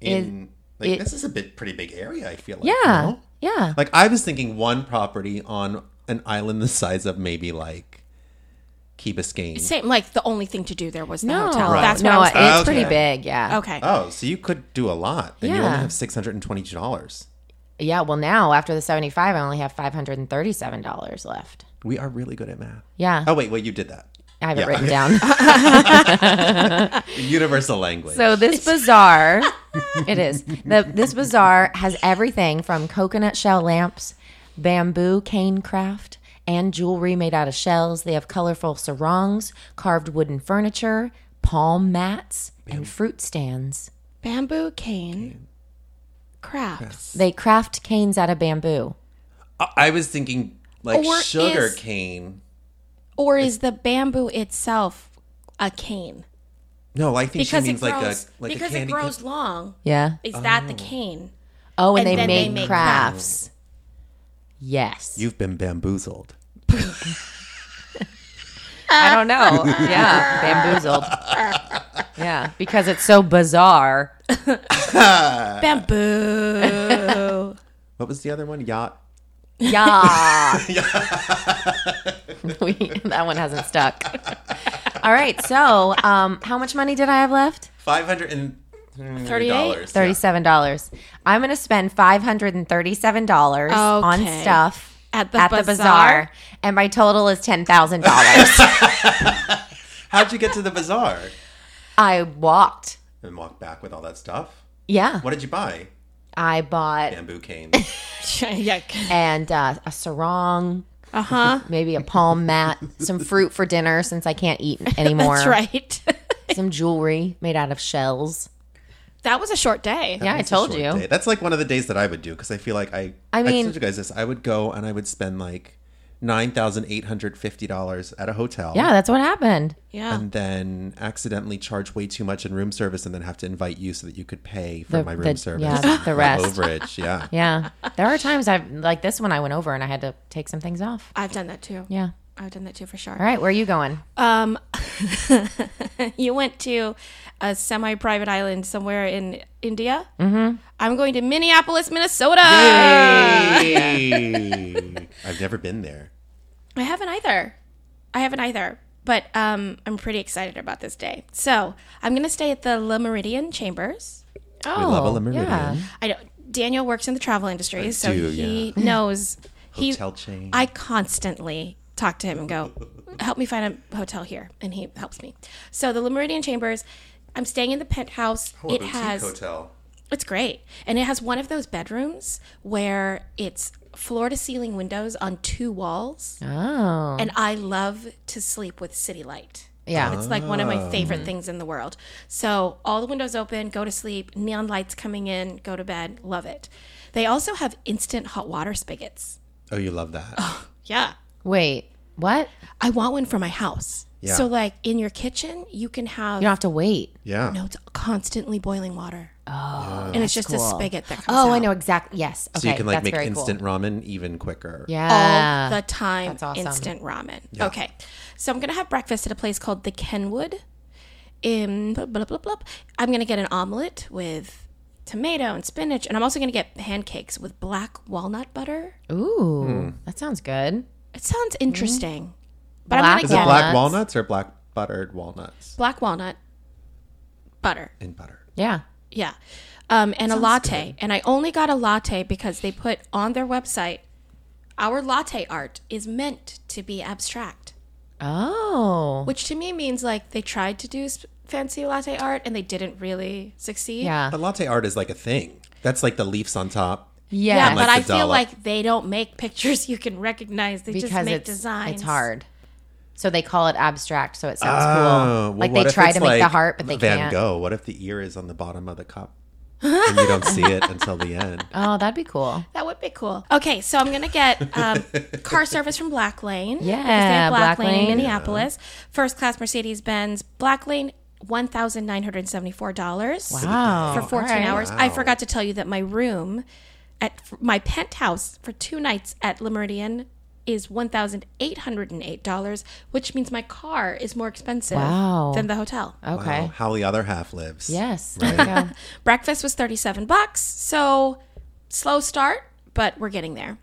in like
it-
this is a bit pretty big area, I feel like.
Yeah,
no?
yeah.
Like I was thinking one property on an island the size of maybe like Key Biscayne.
Same, like the only thing to do there was the
No,
hotel. That's
no,
what I was
it's
Okay.
pretty big. Yeah,
Okay.
Oh, so you could do a lot. And you
Yeah.
only have six hundred and twenty dollars.
yeah. Well, now after the seventy-five, I only have five hundred and thirty-seven dollars left.
We are really good at math.
Yeah,
Oh wait, wait, you did that.
I have it
yeah,
written
okay. *laughs*
down.
Universal language.
So this *laughs* bazaar, it is the this bazaar has everything from coconut shell lamps, bamboo cane craft, and jewelry made out of shells. They have colorful sarongs, carved wooden furniture, palm mats, and fruit stands.
Bamboo cane crafts.
They craft canes out of bamboo.
I, I was thinking like
Or
sugar
is-
cane.
Or is the bamboo itself a cane?
No, I think
Because
she means
it
like a
grows
like
because
a candy
it grows long.
Yeah.
Is that the cane?
Oh, and,
And
they,
then
make
they make
crafts. Yes.
You've been bamboozled.
I don't know. *laughs* Yeah, *laughs* bamboozled. Yeah, because it's so bizarre.
Uh, *laughs*
Bamboo.
What was the other one? Yacht
*laughs*
Yeah. *laughs* we, that one hasn't stuck. *laughs* All right. So, um, how much money did I have left?
Five hundred and thirty dollars.
$37. I'm going to spend $537 on
Okay.
stuff
At the,
at
bazaar.
the bazaar, and my total is ten thousand
*laughs*
dollars.
How'd you get to the bazaar? *laughs*
I walked.
And walk back with all that stuff?
Yeah,
What did you buy?
I bought
Bamboo cane.
*laughs* Yuck.
and uh, a sarong,
Uh huh.
maybe a palm mat, some fruit for dinner since I can't eat anymore.
*laughs* That's right. *laughs*
Some jewelry made out of shells.
that was a short day.
*laughs* yeah, I
It's a
told
short
you.
day. That's like one of the days that I would do because I feel like I.
I mean-
told you guys this. I would go and I would spend like nine thousand eight hundred fifty dollars at a hotel.
Yeah, that's what happened.
Yeah.
And then accidentally charge way too much in room service, and then have to invite you so that you could pay for
The-
my
the-
room service.
yeah,
and
the
*laughs* my
rest. *laughs*
overage. Yeah.
Yeah, there are times I've like this one. I went over and I had to take some things off.
I've done that too.
Yeah.
I've done that too for sure.
All right, where are you going?
Um, you went to a semi-private island somewhere in India. Mm-hmm. I'm going to Minneapolis, Minnesota.
Hey. I've never been there.
I haven't either. I haven't either. But um, I'm pretty excited about this day. So I'm going to stay at the Le Meridian Chambers.
Oh,
We love a Le Meridian.
I don't, Daniel works in the travel industry, so
do,
he *laughs* knows. He,
Hotel chain.
I constantly talk to him and go, "Help me find a hotel here," and he helps me. So the Le Meridian Chambers. I'm staying in the penthouse. it has
hotel.
it's great, and it has one of those bedrooms where it's floor to ceiling windows on two walls,
Oh,
and I love to sleep with city light.
yeah.
Uh-huh.
It's like one of my favorite things in the world. So all the windows open, go to sleep, neon lights coming in, go to bed, love it. They also have instant hot water spigots.
Oh, you love that.
Yeah.
Wait, what?
I want one for my house.
Yeah.
So like in your kitchen, you can have
You don't have to wait.
Yeah.
no, it's constantly boiling water. Oh. And it's just a spigot that comes
Oh, I
out
know exactly. Yes. Okay,
So you can like
that's
make
very
instant
Cool.
ramen even quicker.
Yeah.
all the time.
awesome.
Instant ramen. Okay. So I'm gonna have breakfast at a place called the Kenwood. In blah, blah, blah, blah. I'm gonna get an omelet with tomato and spinach, and I'm also gonna get pancakes with black walnut butter.
Oh. Ooh,
Hmm.
that sounds good.
It sounds interesting, but
Black
I'm
Is
gonna
it
get
walnut.
black walnuts or black buttered walnuts
black walnut butter.
in butter?
Yeah.
Yeah. Um, and a latte. And I only got a latte because they put on their website our latte art is meant to be abstract.
Oh.
which to me means like they tried to do sp- fancy latte art and they didn't really succeed.
yeah.
But latte art is like a thing. That's like the leaves on top.
Yeah.
Yeah,
like
but I
the
feel
dollop.
like they don't make pictures *laughs* you can recognize. They just
because
make
it's
designs.
it's hard. So they call it abstract, so it sounds
Oh, well,
cool. Like
what
they
if
try
it's
to make the
like
heart, but they
Van
can't.
Gogh. What if the ear is on the bottom of the cup and you don't
*laughs*
see it until the end?
Oh, that'd be cool.
That would be cool. Okay, so I'm gonna get um, car service from Black Lane.
Yeah,
Because they have Black,
Black
Lane, in
Lane.
Minneapolis. First class Mercedes Benz Black Lane. One thousand nine hundred seventy-four dollars
Wow.
for fourteen
All right.
hours. I forgot to tell you that my room at f- my penthouse for two nights at Le Meridian is one thousand eight hundred and eight dollars, which means my car is more expensive
Wow.
than the hotel.
Okay.
Wow, how the other half lives.
Yes. There you go.
Breakfast was 37 bucks, so slow start, but we're getting there.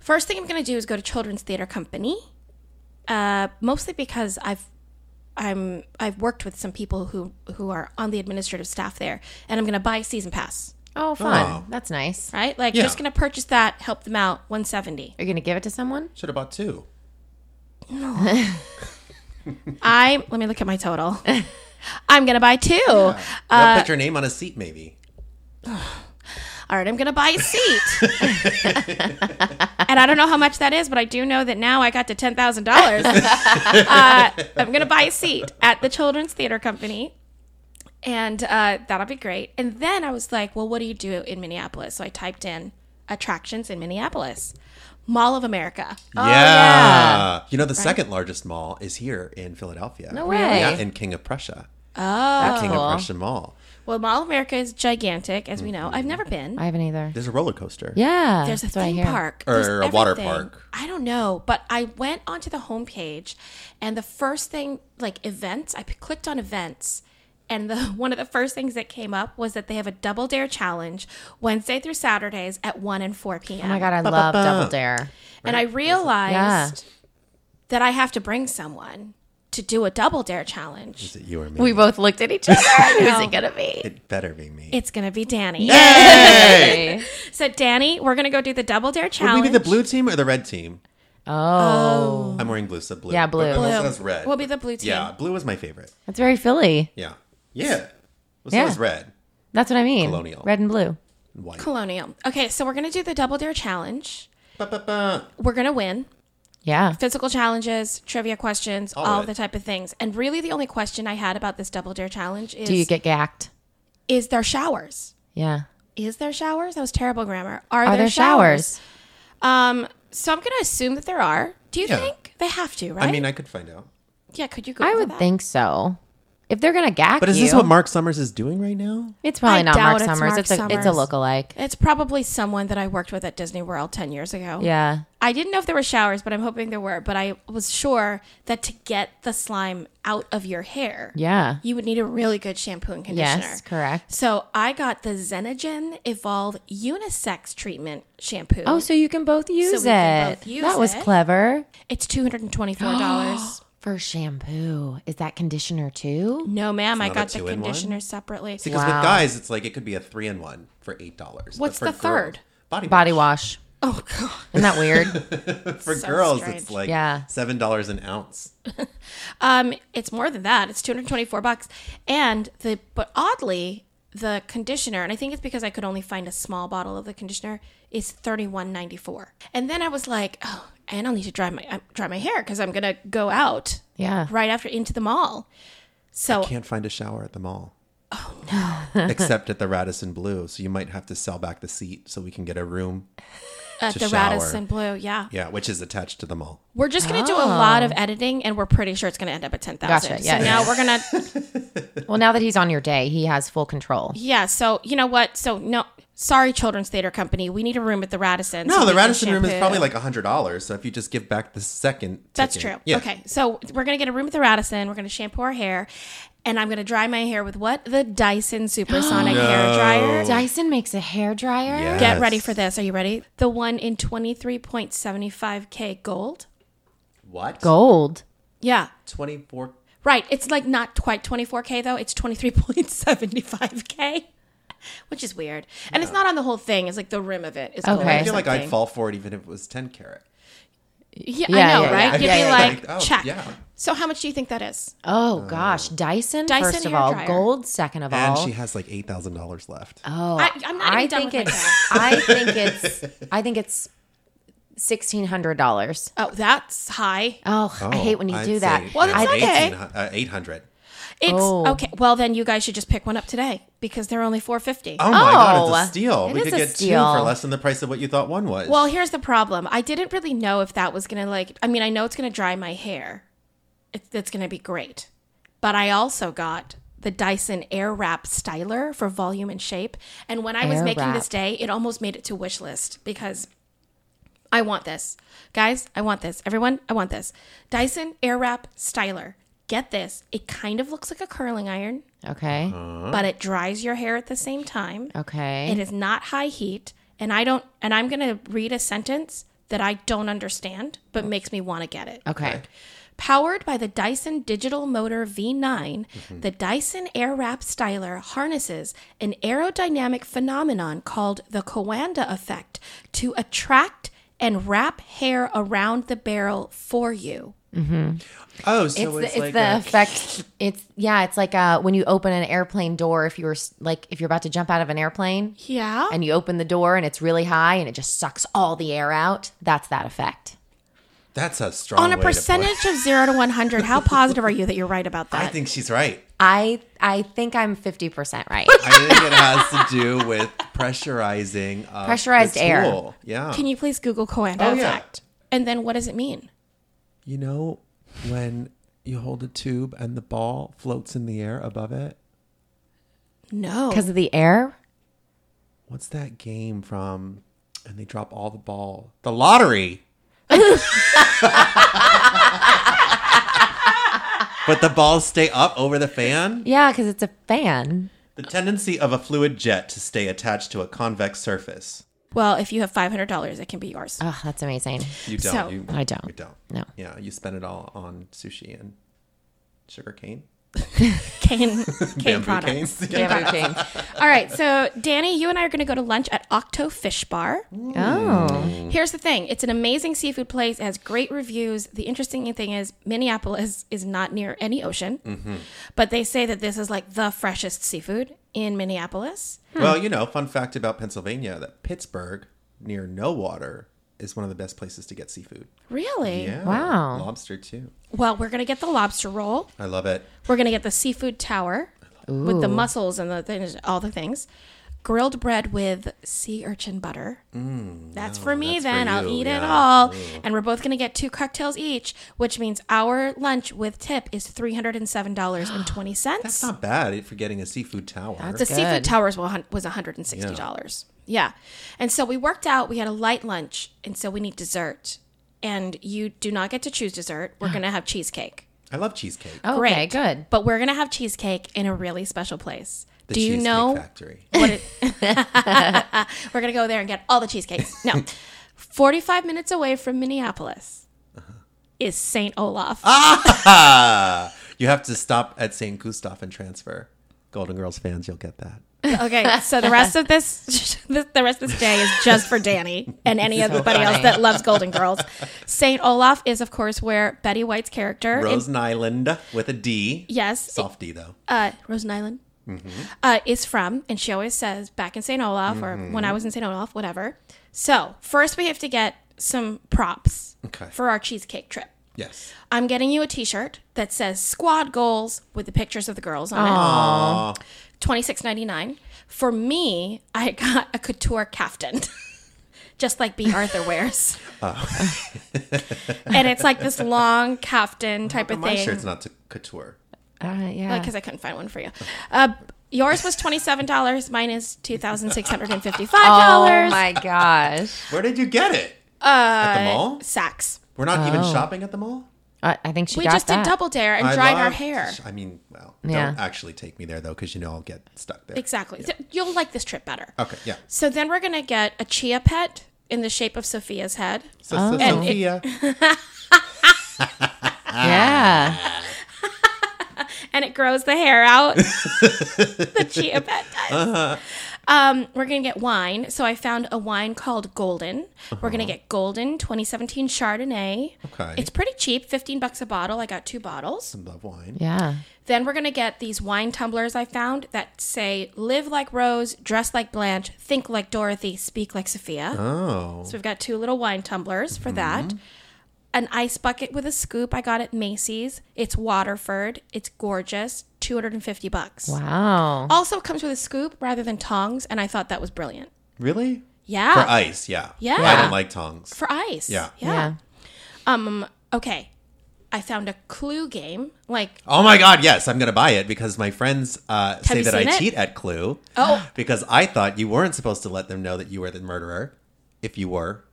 First thing I'm going to do is go to Children's Theater Company, uh, mostly because I've I'm I've worked with some people who who are on the administrative staff there, and I'm going to buy a season pass.
Oh, fun.
Oh.
That's nice.
Right, like
Yeah.
just going to purchase that, help them out, 170.
Are you gonna give it to someone?
Should have bought two.
I let me look at my total. *laughs* I'm going to buy two.
Uh,
They'll put your name on a seat, maybe.
all right, I'm going to buy a seat. and I don't know how much that is, but I do know that now I got to $10,000. Uh, I'm going to buy a seat at the Children's Theater Company. And uh, that'll be great. And then I was like, well, what do you do in Minneapolis? So I typed in attractions in Minneapolis, Mall of America.
oh,
yeah. You know, the second largest mall is here in Philadelphia.
No way.
Yeah, in King of Prussia.
Oh.
That's
King
cool.
of Prussia Mall.
Well, Mall of America is gigantic, as we know. I've never been.
I haven't either.
There's a roller coaster.
Yeah.
There's a
that's what I
theme
hear.
park
Or
There's
a water
everything.
park.
I don't know, but I went onto the homepage, and the first thing, like events, I p- clicked on events, and the *laughs* one of the first things that came up was that they have a Double Dare challenge Wednesday through Saturdays at one and four p.m.
Oh my god, I love Double Dare.
And I realized
Yeah.
that I have to bring someone to do a double dare challenge.
Is it you or me?
We both looked at
*laughs*
each other. Who's it gonna be?
it better be me.
It's gonna be Danny.
Yay!
So Danny, we're gonna go do the double dare
Would we
challenge.
be the blue team or the red team?
Oh,
I'm wearing blue, so blue.
Yeah, blue.
But
Blue.
Melissa has red.
We'll be the blue team.
Yeah, blue was my favorite.
that's very Philly.
Yeah. Yeah. Melissa
Yeah.
has red.
That's what I mean.
Colonial.
Red and blue.
and White.
Colonial. Okay, so we're gonna do the double dare challenge.
Ba, ba, ba.
We're gonna win.
Yeah.
Physical challenges, trivia questions, all,
All of it.
the type of things. And really the only question I had about this double dare challenge is
Do you get gacked?
is there showers?
Yeah.
Is there showers? That was terrible grammar. Are,
Are
there,
there
showers?
showers?
Um, so I'm gonna assume that there are. Do you
Yeah.
think they have to? Right?
I mean, I could find out.
yeah. Could you? Google
I would
that?
think so. If they're gonna gack
But is
you,
this what Mark Summers is doing right now?
it's probably
I
not
doubt
Mark
it's
Summers.
Mark
it's a it's a
Summers.
lookalike.
it's probably someone that I worked with at Disney World ten years ago.
Yeah.
I didn't know if there were showers, but I'm hoping there were. But I was sure that to get the slime out of your hair,
Yeah.
you would need a really good shampoo and conditioner.
Yes. Correct.
So I got the Xenogen Evolve unisex treatment shampoo.
Oh, so you can both use it.
we can both use
that was
it.
clever.
it's two hundred and twenty-four
*gasps*
dollars.
For shampoo, is that conditioner too?
no, ma'am, I
not a
got the
two-in-one?
conditioner separately.
Because
Wow.
with guys, it's like it could be a three in one for eight dollars.
What's the third?
Body
Body wash.
Oh god.
Isn't that weird?
for
so
girls,
strange.
it's like
Yeah.
seven dollars an ounce.
Um, it's more than that. It's 224 bucks. And the but oddly, the conditioner, and I think it's because I could only find a small bottle of the conditioner, is 31.94. And then I was like, oh, and I'll need to dry my uh, dry my hair because I'm gonna go out
yeah.
right after into the mall. So
Can't find a shower at the mall. Oh
*laughs*
no! Except at the Radisson Blue, so you might have to sell back the seat so we can get a room.
at
to
the
shower.
Radisson Blue, yeah,
Yeah, Oh. which is attached to the mall.
we're just gonna do a lot of editing, and we're pretty sure it's gonna end up at ten thousand.
Gotcha. Yeah,
so
yeah.
now we're gonna
*laughs*
Well, now that he's on your day, he has full control.
Yeah, so you know what? So no, sorry, Children's Theater Company. We need a room at the Radisson. so
No,
we
the
can
Radisson room is
shampoo.
probably like hundred dollars. So if you just give back the second,
That's
ticket-
true.
Yeah.
Okay, so we're gonna get a room at the Radisson. We're gonna shampoo our hair, and I'm gonna dry my hair with what the Dyson Supersonic
*gasps*
hair dryer.
Dyson makes a hair dryer.
Yes.
Get ready for this. Are you ready? The one in 23.75k gold.
What?
Gold.
Yeah,
Twenty four.
right. It's like not quite 24k though. It's 23.75k. Which is weird, and it's not on the whole thing. It's like the rim of it is gold or
Okay.
I feel like I'd
something.
fall for it even if it was ten carat.
Yeah,
Yeah,
I know,
yeah,
right?
yeah.
You'd
Yeah,
be
yeah,
like,
yeah. Like, oh,
check.
yeah.
So how much do you think that is?
Oh gosh, Dyson.
Dyson
first of
hair
all,
dryer.
gold. Second of
And
all,
she has like eight thousand dollars left.
oh,
I- I'm not even done
think
with my
it's. *laughs* I think it's. I think it's sixteen hundred dollars.
Oh, that's high.
Oh, I hate when you do that.
Well, that's okay.
Eight hundred.
It's
Oh.
okay. Well, then you guys should just pick one up today because they're only four fifty.
Oh my god,
Oh,
it's a steal.
it
we
is
could
a
get
steal.
two for less than the price of what you thought one was.
Well, here's the problem. I didn't really know if that was gonna like. I mean, I know it's gonna dry my hair. It's that's gonna be great. But I also got the Dyson Air Wrap Styler for volume and shape. And when I was
Air
making
Wrap.
this day, it almost made it to wish list because I want this. Guys, I want this. Everyone, I want this. Dyson Air Wrap Styler. Get this. It kind of looks like a curling iron,
Okay.
Uh-huh.
but it dries your hair at the same time.
Okay.
It is not high heat, and I don't. And I'm gonna read a sentence that I don't understand, but
Oh.
makes me want to get it.
okay.
Powered by the Dyson Digital Motor V9,
Mm-hmm.
the Dyson Airwrap Styler harnesses an aerodynamic phenomenon called the Coanda effect to attract and wrap hair around the barrel for you.
oh, so
It's,
it's,
the, it's
like
the
a-
effect. It's yeah. It's like uh, when you open an airplane door. If you were s- like, if you're about to jump out of an airplane,
Yeah.
and you open the door and it's really high and it just sucks all the air out. That's that effect.
that's a strong
On a
way to put it.
percentage of 0 to 100, how positive are you that you're right about
*laughs* I
that?
think she's right.
I I think I'm fifty percent right.
I think it has to do with pressurizing of
Pressurized
the
air.
tool. Yeah.
Can you please Google Coanda
Oh, yeah.
effect? And then what does it mean?
You know when you hold a tube and the ball floats in the air above it?
*laughs*
No.
Because of the air?
What's that game from? And they drop all the ball.
*laughs*
The lottery. but the balls stay up over the fan?
Yeah, because it's a fan.
The tendency of a fluid jet to stay attached to a convex surface.
Well, if you have five hundred dollars, it can be
*laughs*
yours.
Oh, that's amazing.
You don't.
So-
you,
I don't.
You don't.
No.
Yeah, you spend it all on sushi and Sugar cane?
cane cane
Bamboo
products.
canes?
Bamboo cane.
All right, so Danny, you and I are going to go to lunch at Octo Fish Bar.
Oh.
Here's the thing it's an amazing seafood place, it has great reviews. The interesting thing is, Minneapolis is not near any ocean,
Mm-hmm.
but they say that this is like the freshest seafood in Minneapolis.
Well, you know, fun fact about Pennsylvania that Pittsburgh, near no water, is one of the best places to get seafood.
Really?
Yeah.
Wow.
Lobster, too.
Well, we're going to get the lobster roll,
I love it.
we're going to get the seafood tower with the mussels and the things, all the things. Grilled bread with sea urchin butter. that's for me
Mm, that's for
then. I'll
you,
eat it
yeah.
all. And we're both going to get two cocktails each, which means our lunch with tip is $307.20.
It's not bad for getting a seafood tower.
The seafood
Good.
towers wa- was $160. Yeah. And so we worked out, we had a light lunch, and so we need dessert. And you do not get to choose dessert.
*gasps*
We're going to have cheesecake.
I love cheesecake.
Oh, Okay, good.
But we're going to have cheesecake in a really special place.
The
do you
Cheesecake
know
Factory. *laughs*
what it *laughs* We're going to go there and get all the cheesecakes.
*laughs*
No. 45 minutes away from Minneapolis
Uh-huh.
is St. Olaf.
Ah! You have to stop at St. Gustav and transfer. Golden Girls fans, you'll get that.
Okay, so the rest of this, *laughs* the the rest of this day is just for Danny and anybody else that loves Golden Girls. Saint Olaf is, of course, where Betty White's character, in-
Rosen Island with a D.
yes,
Soft D, though.
uh, Rosen Island,
Mm-hmm.
uh, is from, and she always says back in Saint Olaf or
Mm-hmm.
when I was in Saint Olaf, whatever. So first, we have to get some props
Okay.
for our cheesecake trip.
Yes.
I'm getting you a T-shirt that says "Squad Goals" with the pictures of the girls on it.
Aw.
Twenty six ninety nine. For me, I got a couture caftan, *laughs* just like B. Arthur
*laughs*
wears.
Oh.
and it's like this long caftan type of
My
thing.
shirt's not to couture.
Uh, yeah.
Because I couldn't find one for you. Uh, yours was twenty seven dollars. Mine is two thousand six hundred and fifty five
oh
dollars.
my *laughs* gosh.
Where did you get it?
Uh,
at the mall?
Sacks.
We're not even shopping at the mall?
Uh, I, I think she
We
got
just
that.
did double dare and
I
dried our
love-
hair.
I mean, well,
Yeah.
don't actually take me there though, because you know I'll get stuck there.
Exactly. So You'll like this trip better.
Okay, yeah.
So then we're gonna get a chia pet in the shape of Sophia's head.
So, so
And it-
Sophia,
yeah.
and it grows the hair
*laughs*
out. the chia pet does.
Uh-huh.
Um, we're gonna get wine. So I found a wine called Golden. We're gonna get Golden 2017 Chardonnay.
Uh-huh. Okay.
It's pretty cheap, 15 bucks a bottle. I got two bottles.
some love wine.
Yeah.
Then we're gonna get these wine tumblers I found that say "Live like Rose, dress like Blanche, think like Dorothy, speak like Sophia."
Oh, Mm-hmm.
So we've got two little wine tumblers for that. An ice bucket with a scoop I got at Macy's. It's Waterford. It's gorgeous. 250 bucks.
Wow.
Also comes with a scoop rather than tongs, and I thought that was brilliant.
really?
Yeah.
For ice, yeah.
Ah. Yeah.
I don't like tongs.
For ice.
Yeah.
Yeah. Um okay. I found a clue game. Like
oh my God, yes, I'm gonna buy it because my friends uh, say
you
that I
seen it?
cheat at Clue.
Oh.
because I thought you weren't supposed to let them know that you were the murderer, if you were,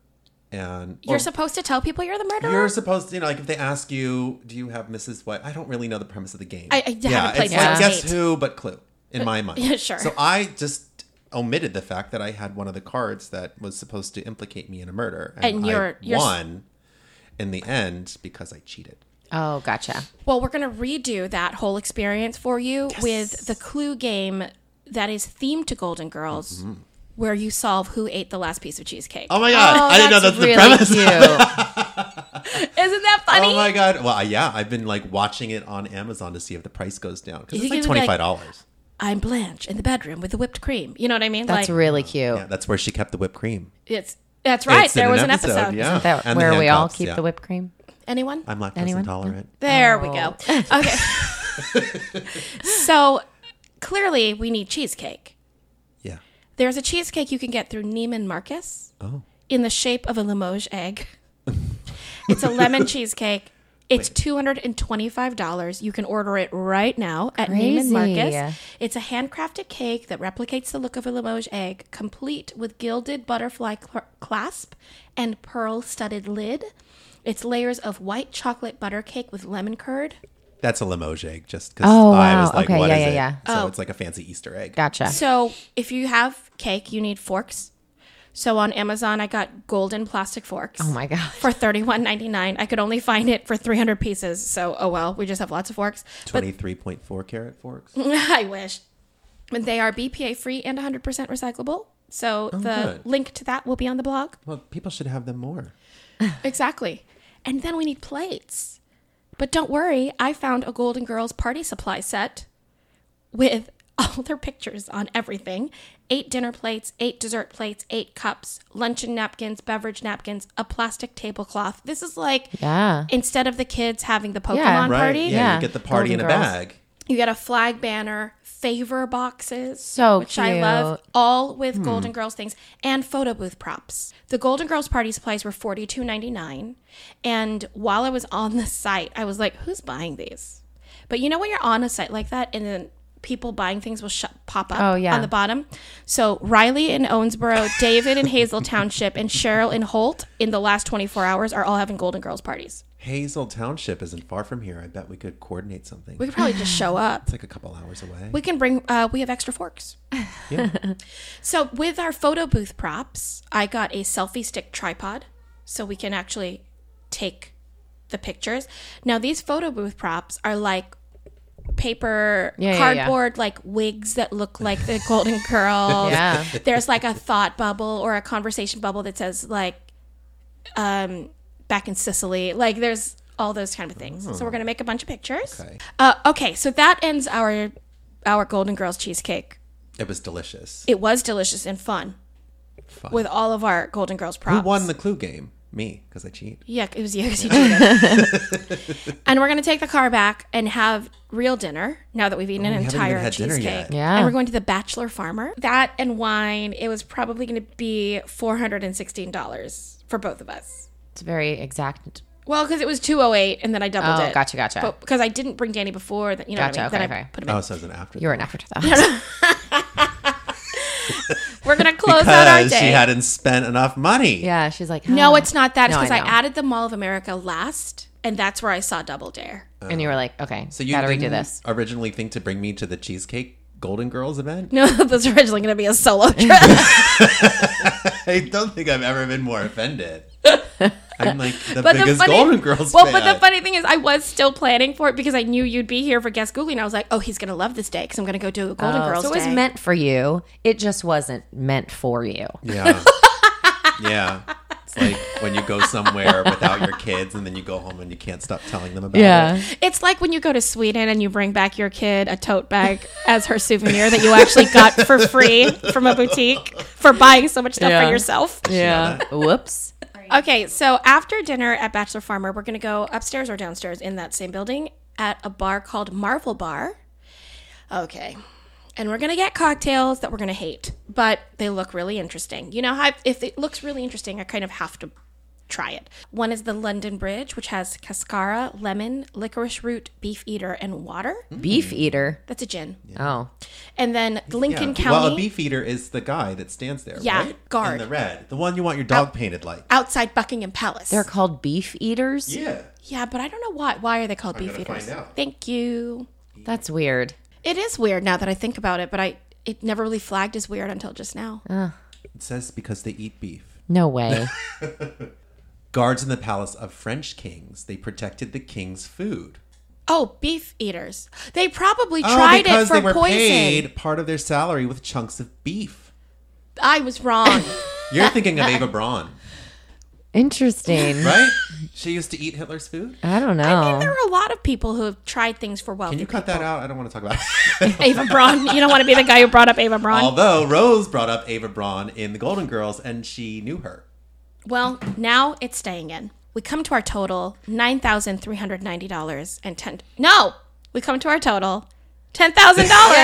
and
you're
or-
supposed to tell people you're the murderer?
Oh. You're supposed to, you know, like if they ask you, do you have Mrs. White? I don't really know the premise of the game.
I- I haven't played
it's
White
like guess
State.
who, but Clue in
*laughs*
my mind.
yeah, sure.
So I just omitted the fact that I had one of the cards that was supposed to implicate me in a murder,
And you're-
I
you're s-
won in the end because I cheated.
Oh, gotcha.
Well, we're going to redo that whole experience for you with the clue game that is themed to Golden Girls, where you solve who ate the last piece of cheesecake.
Mm-hmm. Oh my god! I didn't know that's the premise.
cute.
Isn't that funny?
*laughs* Oh my god! Well, yeah, I've been like watching it on Amazon to see if the price goes down because
You
it's like
could be
twenty
like-
five dollars.
I'm Blanche in the bedroom with the whipped cream. You know what I mean?
That's
like
really cute.
Yeah, that's where she kept the whipped cream.
it's that's right.
It's in
there was an episode.
Yeah,
That,
And the
where we all
handcuffs,
keep
yeah.
the whipped cream.
Anyone?
I'm lactose
Anyone?
intolerant.
there we go.
*laughs*
Okay. *laughs* so clearly, we need cheesecake.
Yeah.
There's a cheesecake you can get through Neiman Marcus.
Oh.
in the shape of a Limoges egg. it's a lemon cheesecake. It's two hundred and twenty-five dollars. You can order it right now at Neiman
Crazy.
Marcus. It's a handcrafted cake that replicates the look of a Limoges egg, complete with gilded butterfly cl- clasp and pearl-studded lid. It's layers of white chocolate butter cake with lemon curd.
That's a Limoges egg, just because
Oh,
I
wow.
was like,
Okay,
what is
yeah, yeah, yeah.
it? So it's like a fancy Easter egg.
Gotcha.
So if you have cake, you need forks. So on Amazon, I got golden plastic forks
Oh my god.
for thirty one ninety nine. I could only find it for three hundred pieces. So oh well, we just have lots of forks. But
23.4 carat forks.
*laughs* I wish. But they are BPA free and one hundred percent recyclable. So the
good.
link to that will be on the blog.
Well, people should have them more.
Exactly. And then we need plates. But don't worry, I found a Golden Girls party supply set with *laughs* all their pictures on everything eight dinner plates, eight dessert plates, eight cups, luncheon napkins, beverage napkins, a plastic tablecloth. This is like
Yeah.
instead of the kids having the Pokemon
Yeah.
Right.
party,
Yeah,
Yeah.
you get the party
Golden
in a
Girls.
bag.
you get a flag banner, favor boxes,
So
which I love, all with Golden Girls things and photo booth props. The Golden Girls party supplies were forty two ninety nine, and while I was on the site, I was like, "Who's buying these?" But you know when you're on a site like that, and then people buying things will sh- pop up
Oh, yeah.
on the bottom. So Riley in Owensboro, David in Hazel Township, and Cheryl in Holt in the last twenty four hours are all having Golden Girls parties.
Hazel Township isn't far from here. I bet we could coordinate something.
We could probably just show up.
it's like a couple hours away.
We can bring. Uh, we have extra forks. *laughs* so with our photo booth props, I got a selfie stick tripod, so we can actually take the pictures. Now these photo booth props are like paper
Yeah, yeah, yeah.
cardboard like wigs that look like the
*laughs*
golden girls
Yeah.
there's like a thought bubble or a conversation bubble that says like um back in sicily like there's all those kind of things so we're gonna make a bunch of pictures
Okay.
uh, okay so that ends our our golden girls cheesecake
it was delicious.
it was delicious and fun
Fun.
with all of our golden girls props
Who won the clue game? Me, because I cheat.
yeah,
*laughs*
it was you *laughs* 'cause you cheated. and we're gonna take the car back and have real dinner now that we've eaten an
Oh, we haven't even
entire
had dinner
cheesecake.
yet.
Yeah.
And we're going to the Bachelor Farmer. That and wine. It was probably gonna be four hundred and sixteen dollars for both of us.
It's very exact.
Well, because it was two oh eight, and then I doubled
Oh,
it.
gotcha, gotcha.
But because I didn't bring Danny before, that you know
Gotcha,
what I mean.
okay,
then I
okay.
put him in.
Oh, so it was an after.
You're an *laughs* afterthought.
We're
*laughs*
gonna close out our
because
day.
she hadn't spent enough money.
yeah, she's like,
no,
"Huh."
it's not that. It's
No, I
because I,
know.
added the Mall of America last, and that's where I saw Double Dare. *laughs*
And you were like, okay,
Uh, So you
gotta redo
didn't
this.
Originally, think to bring me to the cheesecake Golden Girls event.
No, that was originally gonna be a solo
*laughs*
trip.
I don't think I've ever been
*laughs*
more offended. I'm like the
But
biggest
the funny,
Golden Girls
Well,
fan.
but the funny thing is, I was still planning for it because I knew you'd be here for guest googling. I was like, oh, he's gonna love this day because I'm gonna go do a Golden
Oh,
Girls.
so it was
day.
meant for you. It just wasn't meant for you.
*laughs*
yeah, yeah. It's like when you go somewhere without your kids, and then you go home and you can't stop telling them about it.
It's like when you go to Sweden and you bring back your kid a tote bag *laughs* as her souvenir that you actually got for free from a boutique for buying so much stuff
Yeah.
for yourself.
Yeah. Whoops.
Okay, so after dinner at Bachelor Farmer, we're going to go upstairs or downstairs in that same building at a bar called Marvel Bar. Okay. And we're going to get cocktails that we're going to hate, but they look really interesting. You know how I- if it looks really interesting, I kind of have to try it. One is the London Bridge, which has cascara, lemon, licorice root, beef eater, and water.
Beef eater.
That's a gin.
Oh.
And then Lincoln
Hmm? Yeah.
County.
Well, a beef eater is the guy that stands there.
Yeah,
right?
guard.
in the red, the one you want your dog painted like.
Outside Buckingham Palace.
They're called beef eaters?
Yeah,
yeah, but I don't know why. Why are they called beef
gonna
eaters?
find out.
Thank you.
That's weird.
It is weird now that I think about it, but I it never really flagged as weird until just now.
it says because they eat beef.
No way.
Guards in the palace of French kings, they protected the king's food.
oh, beef eaters. They probably
Oh,
tried it for poison.
part of their salary with chunks of beef.
I was wrong.
*laughs*
You're thinking of Ava Braun,
Interesting.
right? *laughs* She used to eat Hitler's food.
I don't know.
there are a lot of people who have tried things for wealthy.
Can you cut that out? I don't want to talk about
people.
*laughs* it.
Ava Braun. You don't want to be the guy who brought up Ava Braun.
Although Rose brought up Ava Braun in The Golden Girls and she knew her.
Well, now it's staying in. We come to our total nine thousand three hundred ninety dollars and ten. No, we come to our total ten thousand dollars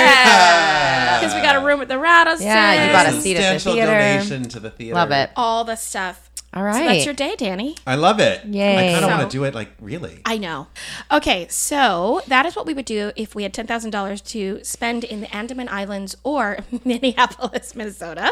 because we got a room at the Radisson.
Yeah, you bought a seat at the
Substantial
theater.
donation to the theater.
Love it.
all the stuff.
All
So
right.
that's your day, Danny.
I love it.
Yay.
I kind of
So-
want to do it like really.
I know. Okay, so that is what we would do if we had ten thousand dollars to spend in the Andaman Islands or *laughs* Minneapolis, Minnesota.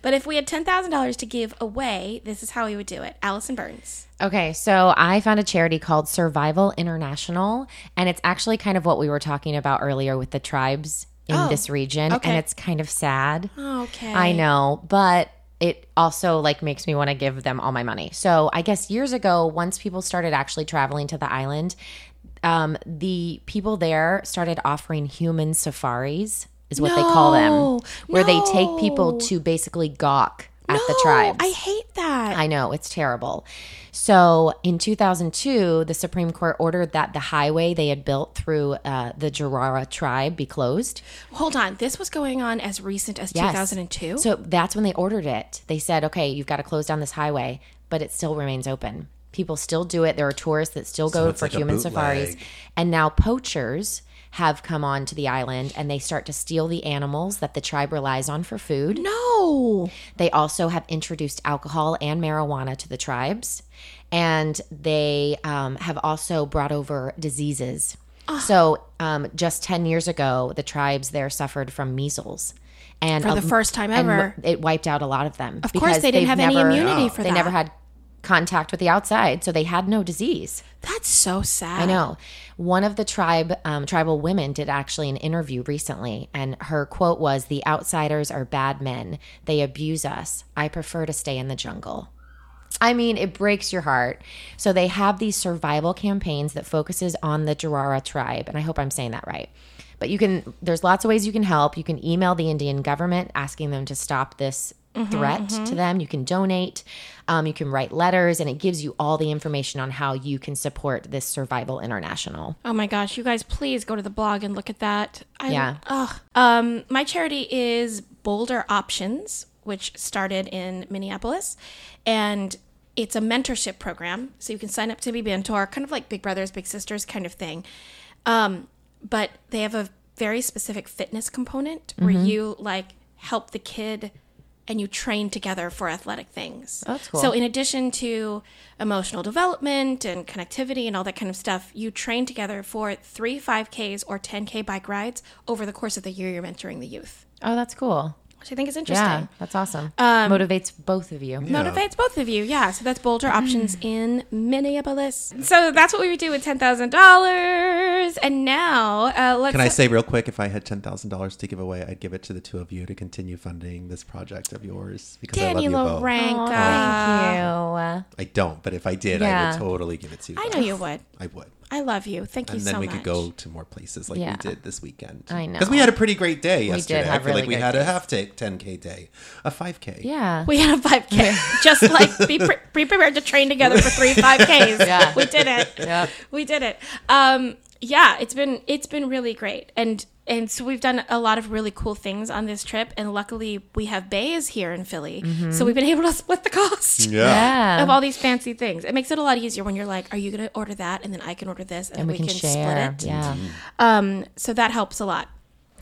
But if we had ten thousand dollars to give away, this is how we would do it. Allison Burns.
Okay, so I found a charity called Survival International, and it's actually kind of what we were talking about earlier with the tribes in this region,
Oh, okay.
and it's kind of sad.
Okay.
I know, but it also like makes me want to give them all my money. So I guess years ago, once people started actually traveling to the island, um, the people there started offering human safaris, is what they call them,
No,
where they take people
no.
to basically gawk at the
No,
tribes.
I hate that.
I know, it's terrible. So in 2002, the Supreme Court ordered that the highway they had built through uh, the Jarara tribe be closed.
Hold on. This was going on as recent as
Yes.
2002.
So that's when they ordered it. They said, okay, you've got to close down this highway, but it still remains open. People still do it. There are tourists that still go
it's
for
like a
human
bootleg.
safaris. And now poachers have come on to the island and they start to steal the animals that the tribe relies on for food.
no.
They also have introduced alcohol and marijuana to the tribes, and they um, have also brought over diseases.
Ah.
So, um, just 10 years ago, the tribes there suffered from measles. And
For the first time ever.
um, And it wiped out a lot of them.
Of course, they didn't have any immunity for
They
that.
never had contact with the outside, so they had no disease.
That's so sad.
I know. One of the tribe um, tribal women did actually an interview recently, and her quote was, "The outsiders are bad men. They abuse us. I prefer to stay in the jungle." I mean, it breaks your heart. So they have these survival campaigns that focuses on the Jarara tribe, and I hope I'm saying that right. But you can. There's lots of ways you can help. You can email the Indian government asking them to stop this. Threat to them. You can donate, um, you can write letters, and it gives you all the information on how you can support this Survival International.
Oh my gosh, you guys, please go to the blog and look at that. I,
Yeah.
Ugh. Um, my charity is Boulder Options, which started in Minneapolis, and it's a mentorship program. So you can sign up to be mentor, kind of like Big Brothers Big Sisters kind of thing. Um, but they have a very specific fitness component
Mm-hmm.
where you like help the kid and you train together for athletic things.
Oh, That's cool.
So in addition to emotional development and connectivity and all that kind of stuff, you train together for three 5Ks or 10K bike rides over the course of the year you're mentoring the youth,
Oh, that's cool. Um,
which I think is
Yeah,
interesting.
that's awesome. Motivates both of you.
Motivates both of you. Yeah. So that's Boulder Options
Mm.
in Minneapolis. So that's what we would do with $10,000. And now uh, let's.
Can I say real quick, if I had ten thousand dollars to give away, I'd give it to the two of you to continue funding this project of yours because
Danny
I love you both.
Lorenka.
Thank you.
I don't, but if I did, I
Yeah.
would totally give it to you.
I
both.
know you would.
I would.
I love you. Thank you
And then
so
we
much.
could go to more places like
Yeah.
we did this weekend.
I know.
because we had a pretty great day yesterday.
have
I feel
really
like we
great
had a
days.
half day, ten k day, a five k.
*laughs* Yeah.
We had a 5K. Just like be, pre- be prepared to train together for three
*laughs*
5Ks.
Yeah.
We did it.
Yep.
We did it. Um, yeah, it's been it's been really great. And and so we've done a lot of really cool things on this trip and luckily we have bays here in Philly.
Mm-hmm.
So we've been able to split the cost.
Yeah.
Of all these fancy things, it makes it a lot easier when you're like, "Are you going to order that, and then I can order this, and,
and we,
then
can, share.
split it?"
Yeah.
Um, so that helps a lot.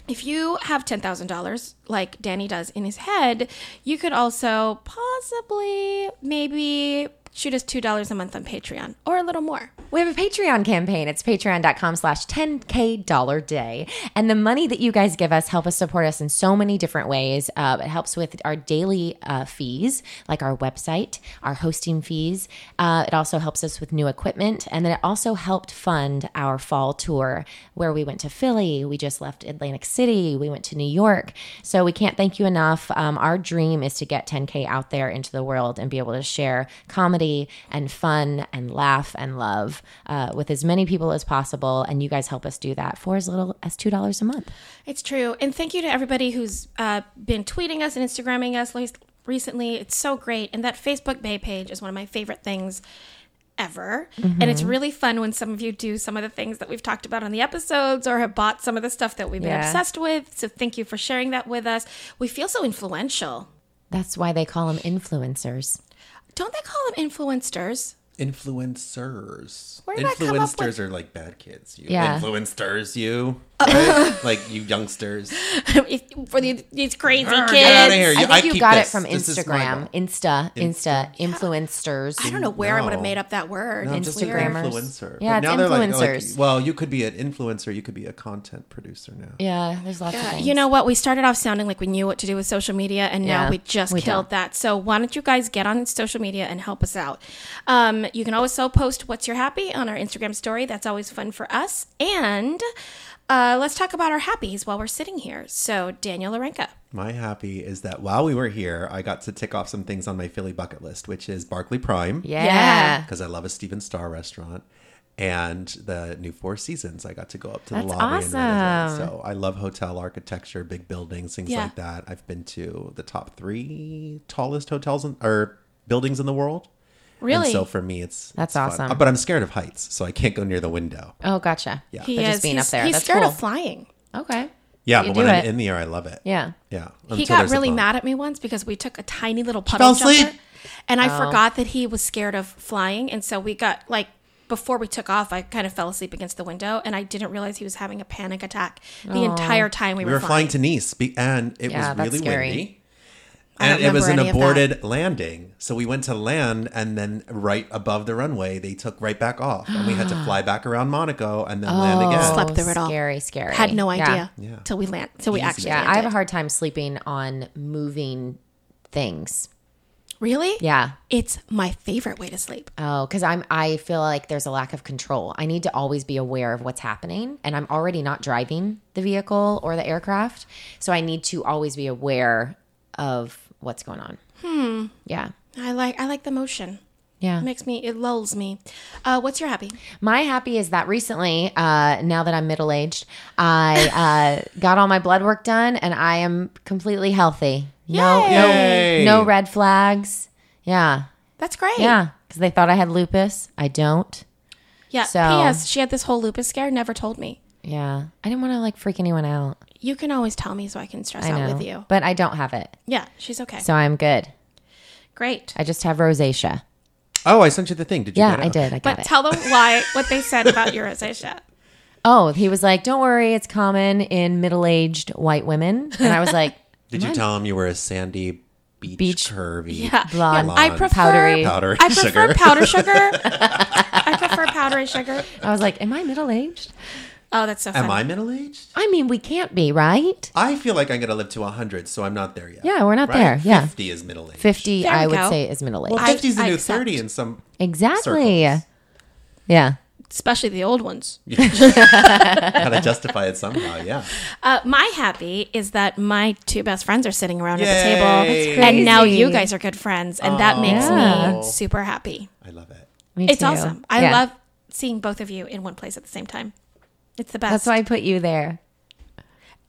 If you have ten thousand dollars, like Danny does in his head, you could also possibly maybe shoot us two dollars a month on Patreon or a little more.
We have a Patreon campaign. It's patreon.com slash 10K dollar day. And the money that you guys give us help us support us in so many different ways. Uh, it helps with our daily uh, fees, like our website, our hosting fees. Uh, it also helps us with new equipment. And then it also helped fund our fall tour where we went to Philly. We just left Atlantic City. We went to New York. So we can't thank you enough. Um, our dream is to get 10K out there into the world and be able to share comedy and fun and laugh and love uh, with as many people as possible. And you guys help us do that for as little as $2 a month.
It's true. And thank you to everybody who's uh, been tweeting us and Instagramming us least recently. It's so great. And that Facebook Bay page is one of my favorite things ever. And it's really fun when some of you do some of the things that we've talked about on the episodes or have bought some of the stuff that we've been
Yeah.
obsessed with. So thank you for sharing that with us. We feel so influential.
That's why they call them influencers.
Don't they call them influencers? *laughs*
Influencers.
Where did I come up
Influencers
with-
are like bad kids. You
Yeah. *laughs*
influencers, you right? like you youngsters.
If- for the, these crazy
Arr,
kids.
get outta here.
I
Yeah,
think
I
you
keep
got
this.
it from
This is my
Instagram, Insta, Insta, influencers.
I don't know where I would have
No.
made up that word.
No,
It's
just
weird.
like
Instagrammers.
an influencer.
Yeah,
But
it's
now they're like-
influencers.
Like, well, you could be an influencer. You could be a content producer now.
Yeah, there's lots of things.
Uh, You know what? We started off sounding like we knew what to do with social media, and
Yeah,
now we just
we
killed
don't.
that. So why don't you guys get on social media and help us out? Um, you can always so post what's your happy on our Instagram story. That's always fun for us. And Uh, let's talk about our happies while we're sitting here. So, Daniel Larenka.
My happy is that while we were here, I got to tick off some things on my Philly bucket list, which is Barclay Prime.
Yeah.
Yeah.
Because I love a Steven Starr restaurant. And the new Four Seasons, I got to go up to
That's
the lobby and
awesome.
visit. So I love hotel architecture, big buildings, things
Yeah.
like that. I've been to the top three tallest hotels in, or buildings in the world.
Really?
And so for me, it's
That's
it's fun.
awesome.
Uh, But I'm scared of heights, so I can't go near the window.
Oh, gotcha.
Yeah.
He
But
is.
just being
he's,
up there.
He's
That's
scared
cool.
of flying.
Okay.
Yeah,
You
but when
do
I'm
it.
in the air, I love it.
Yeah.
yeah.
he
until
got
there's a
really
bump.
mad at me once because we took a tiny little
fell
puddle jumper,
asleep. Oh.
and I forgot that he was scared of flying, and so we got like before we took off, I kind of fell asleep against the window, and I didn't realize he was having a panic attack the entire time we,
We were flying to Nice, be- and it
Yeah, that's
was really
scary.
windy.
I don't
And it was an
remember any of
aborted landing. So we went to land, and then right above the runway, they took right back off, and
*gasps*
we had to fly back around Monaco and then land
Oh.
again.
Slept through it all.
Scary, scary.
Had no
Yeah.
idea
Yeah.
till we land. Till we actually.
Yeah,
landed.
I have a hard time sleeping on moving things.
Really?
Yeah.
It's my favorite way to sleep.
Oh, because I'm I feel like there's a lack of control. I need to always be aware of what's happening, and I'm already not driving the vehicle or the aircraft, so I need to always be aware of what's going on. Hmm. Yeah.
I like I like the motion.
Yeah.
It makes me it lulls me. Uh, what's your happy?
My happy is that recently, uh, now that I'm middle aged, I uh, got all my blood work done and I am completely healthy. No,
Yay.
no, no red flags. Yeah,
That's great.
yeah. Because they thought I had lupus. I don't.
Yeah.
So-
P.S. She had this whole lupus scare. Never told me.
Yeah, I didn't want to like freak anyone out.
You can always tell me so I can stress
I know,
out with you.
but I don't have it,
Yeah, she's okay.
so I'm good.
Great.
I just have rosacea.
Oh, I sent you the thing. Did you?
Yeah,
get it?
I did. I got
But
it.
tell them why what they said about your
*laughs*
rosacea.
oh, he was like, "Don't worry, it's common in middle aged white women," and I was like,
Did you tell him you were a sandy beach,
Beach-
curvy?
Yeah.
Blonde,
Yeah, I prefer
powdery.
Powdery
I prefer
sugar. *laughs*
powder sugar. I prefer powdery sugar.
I was like, "Am I middle aged?"
Oh, that's so funny.
Am I middle aged?
I mean, we can't be, right?
I feel like I'm gonna live to hundred, so I'm not there yet.
Yeah, we're not
Right?
there. Yeah.
fifty is middle aged.
50
There we
i would
go.
say is middle age
Well,
I-
fifty's the
I
new
accept.
thirty in some.
exactly *laughs*
circles.
yeah
Especially the old ones.
Gotta justify it somehow. Yeah.
Uh, my happy is that my two best friends are sitting around at
Yay.
the
That's
table, and now
crazy.
you guys are good friends, and that makes
Yeah.
me super happy.
I love it.
me
It's
too.
awesome. I
Yeah.
love seeing both of you in one place at the same time. It's the best.
that's why i put you there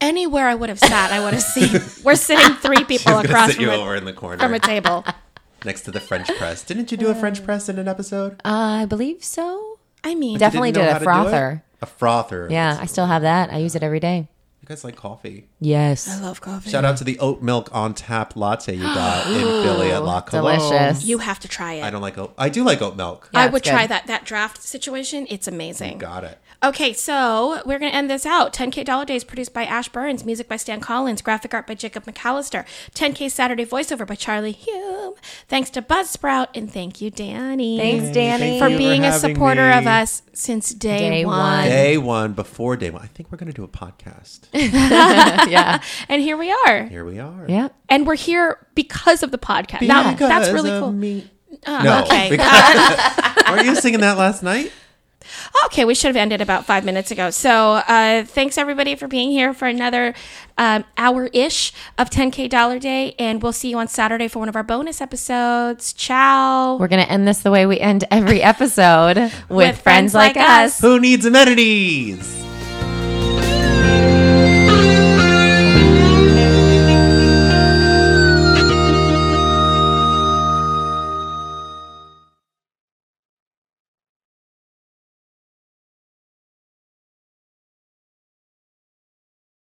anywhere I would have sat, I would have seen. We're sitting
*laughs*
three people
He's gonna
across
sit
from
you
a,
over in the corner.
from a table.
next to the French press. Didn't you do a French press in an episode?
i believe so
I mean,
Def- Definitely
Didn't know
did a
how to do
frother.
it? A frother.
yeah
That's-
i still have that i use it every day
You guys like coffee.
yes
I love coffee.
Shout out to the oat milk on tap latte you got in Philly at La Colombe.
delicious
You have to try it.
I
I,
don't like oat. I do like oat milk.
Yeah, it's
would try
good.
that that draft situation. It's amazing.
Got it.
Okay, so we're going to end this out. 10K Dollar Days produced by Ash Burns, music by Stan Collins, graphic art by Jacob McAllister, 10K Saturday voiceover by Charlie Hume. Thanks to Buzzsprout, and thank you, Danny.
thanks danny
Thank
For
you for
being a
having
supporter
me.
of us since day,
Day
one.
one.
Day one, before day one. I think we're going to do a podcast.
*laughs*
*laughs* yeah
And here we are.
Here we are.
yeah
And we're here because of the podcast. That- that's
Because
really
of
cool. Ah,
me. no.
okay. *laughs*
*laughs* because- Weren't you singing that last night?
Okay, we should have ended about five minutes ago. So uh, thanks everybody for being here for another um, hour ish of 10K Dollar Day, and we'll see you on Saturday for one of our bonus episodes. Ciao.
we're gonna end this the way we end every episode with, friends, like us
Who needs amenities?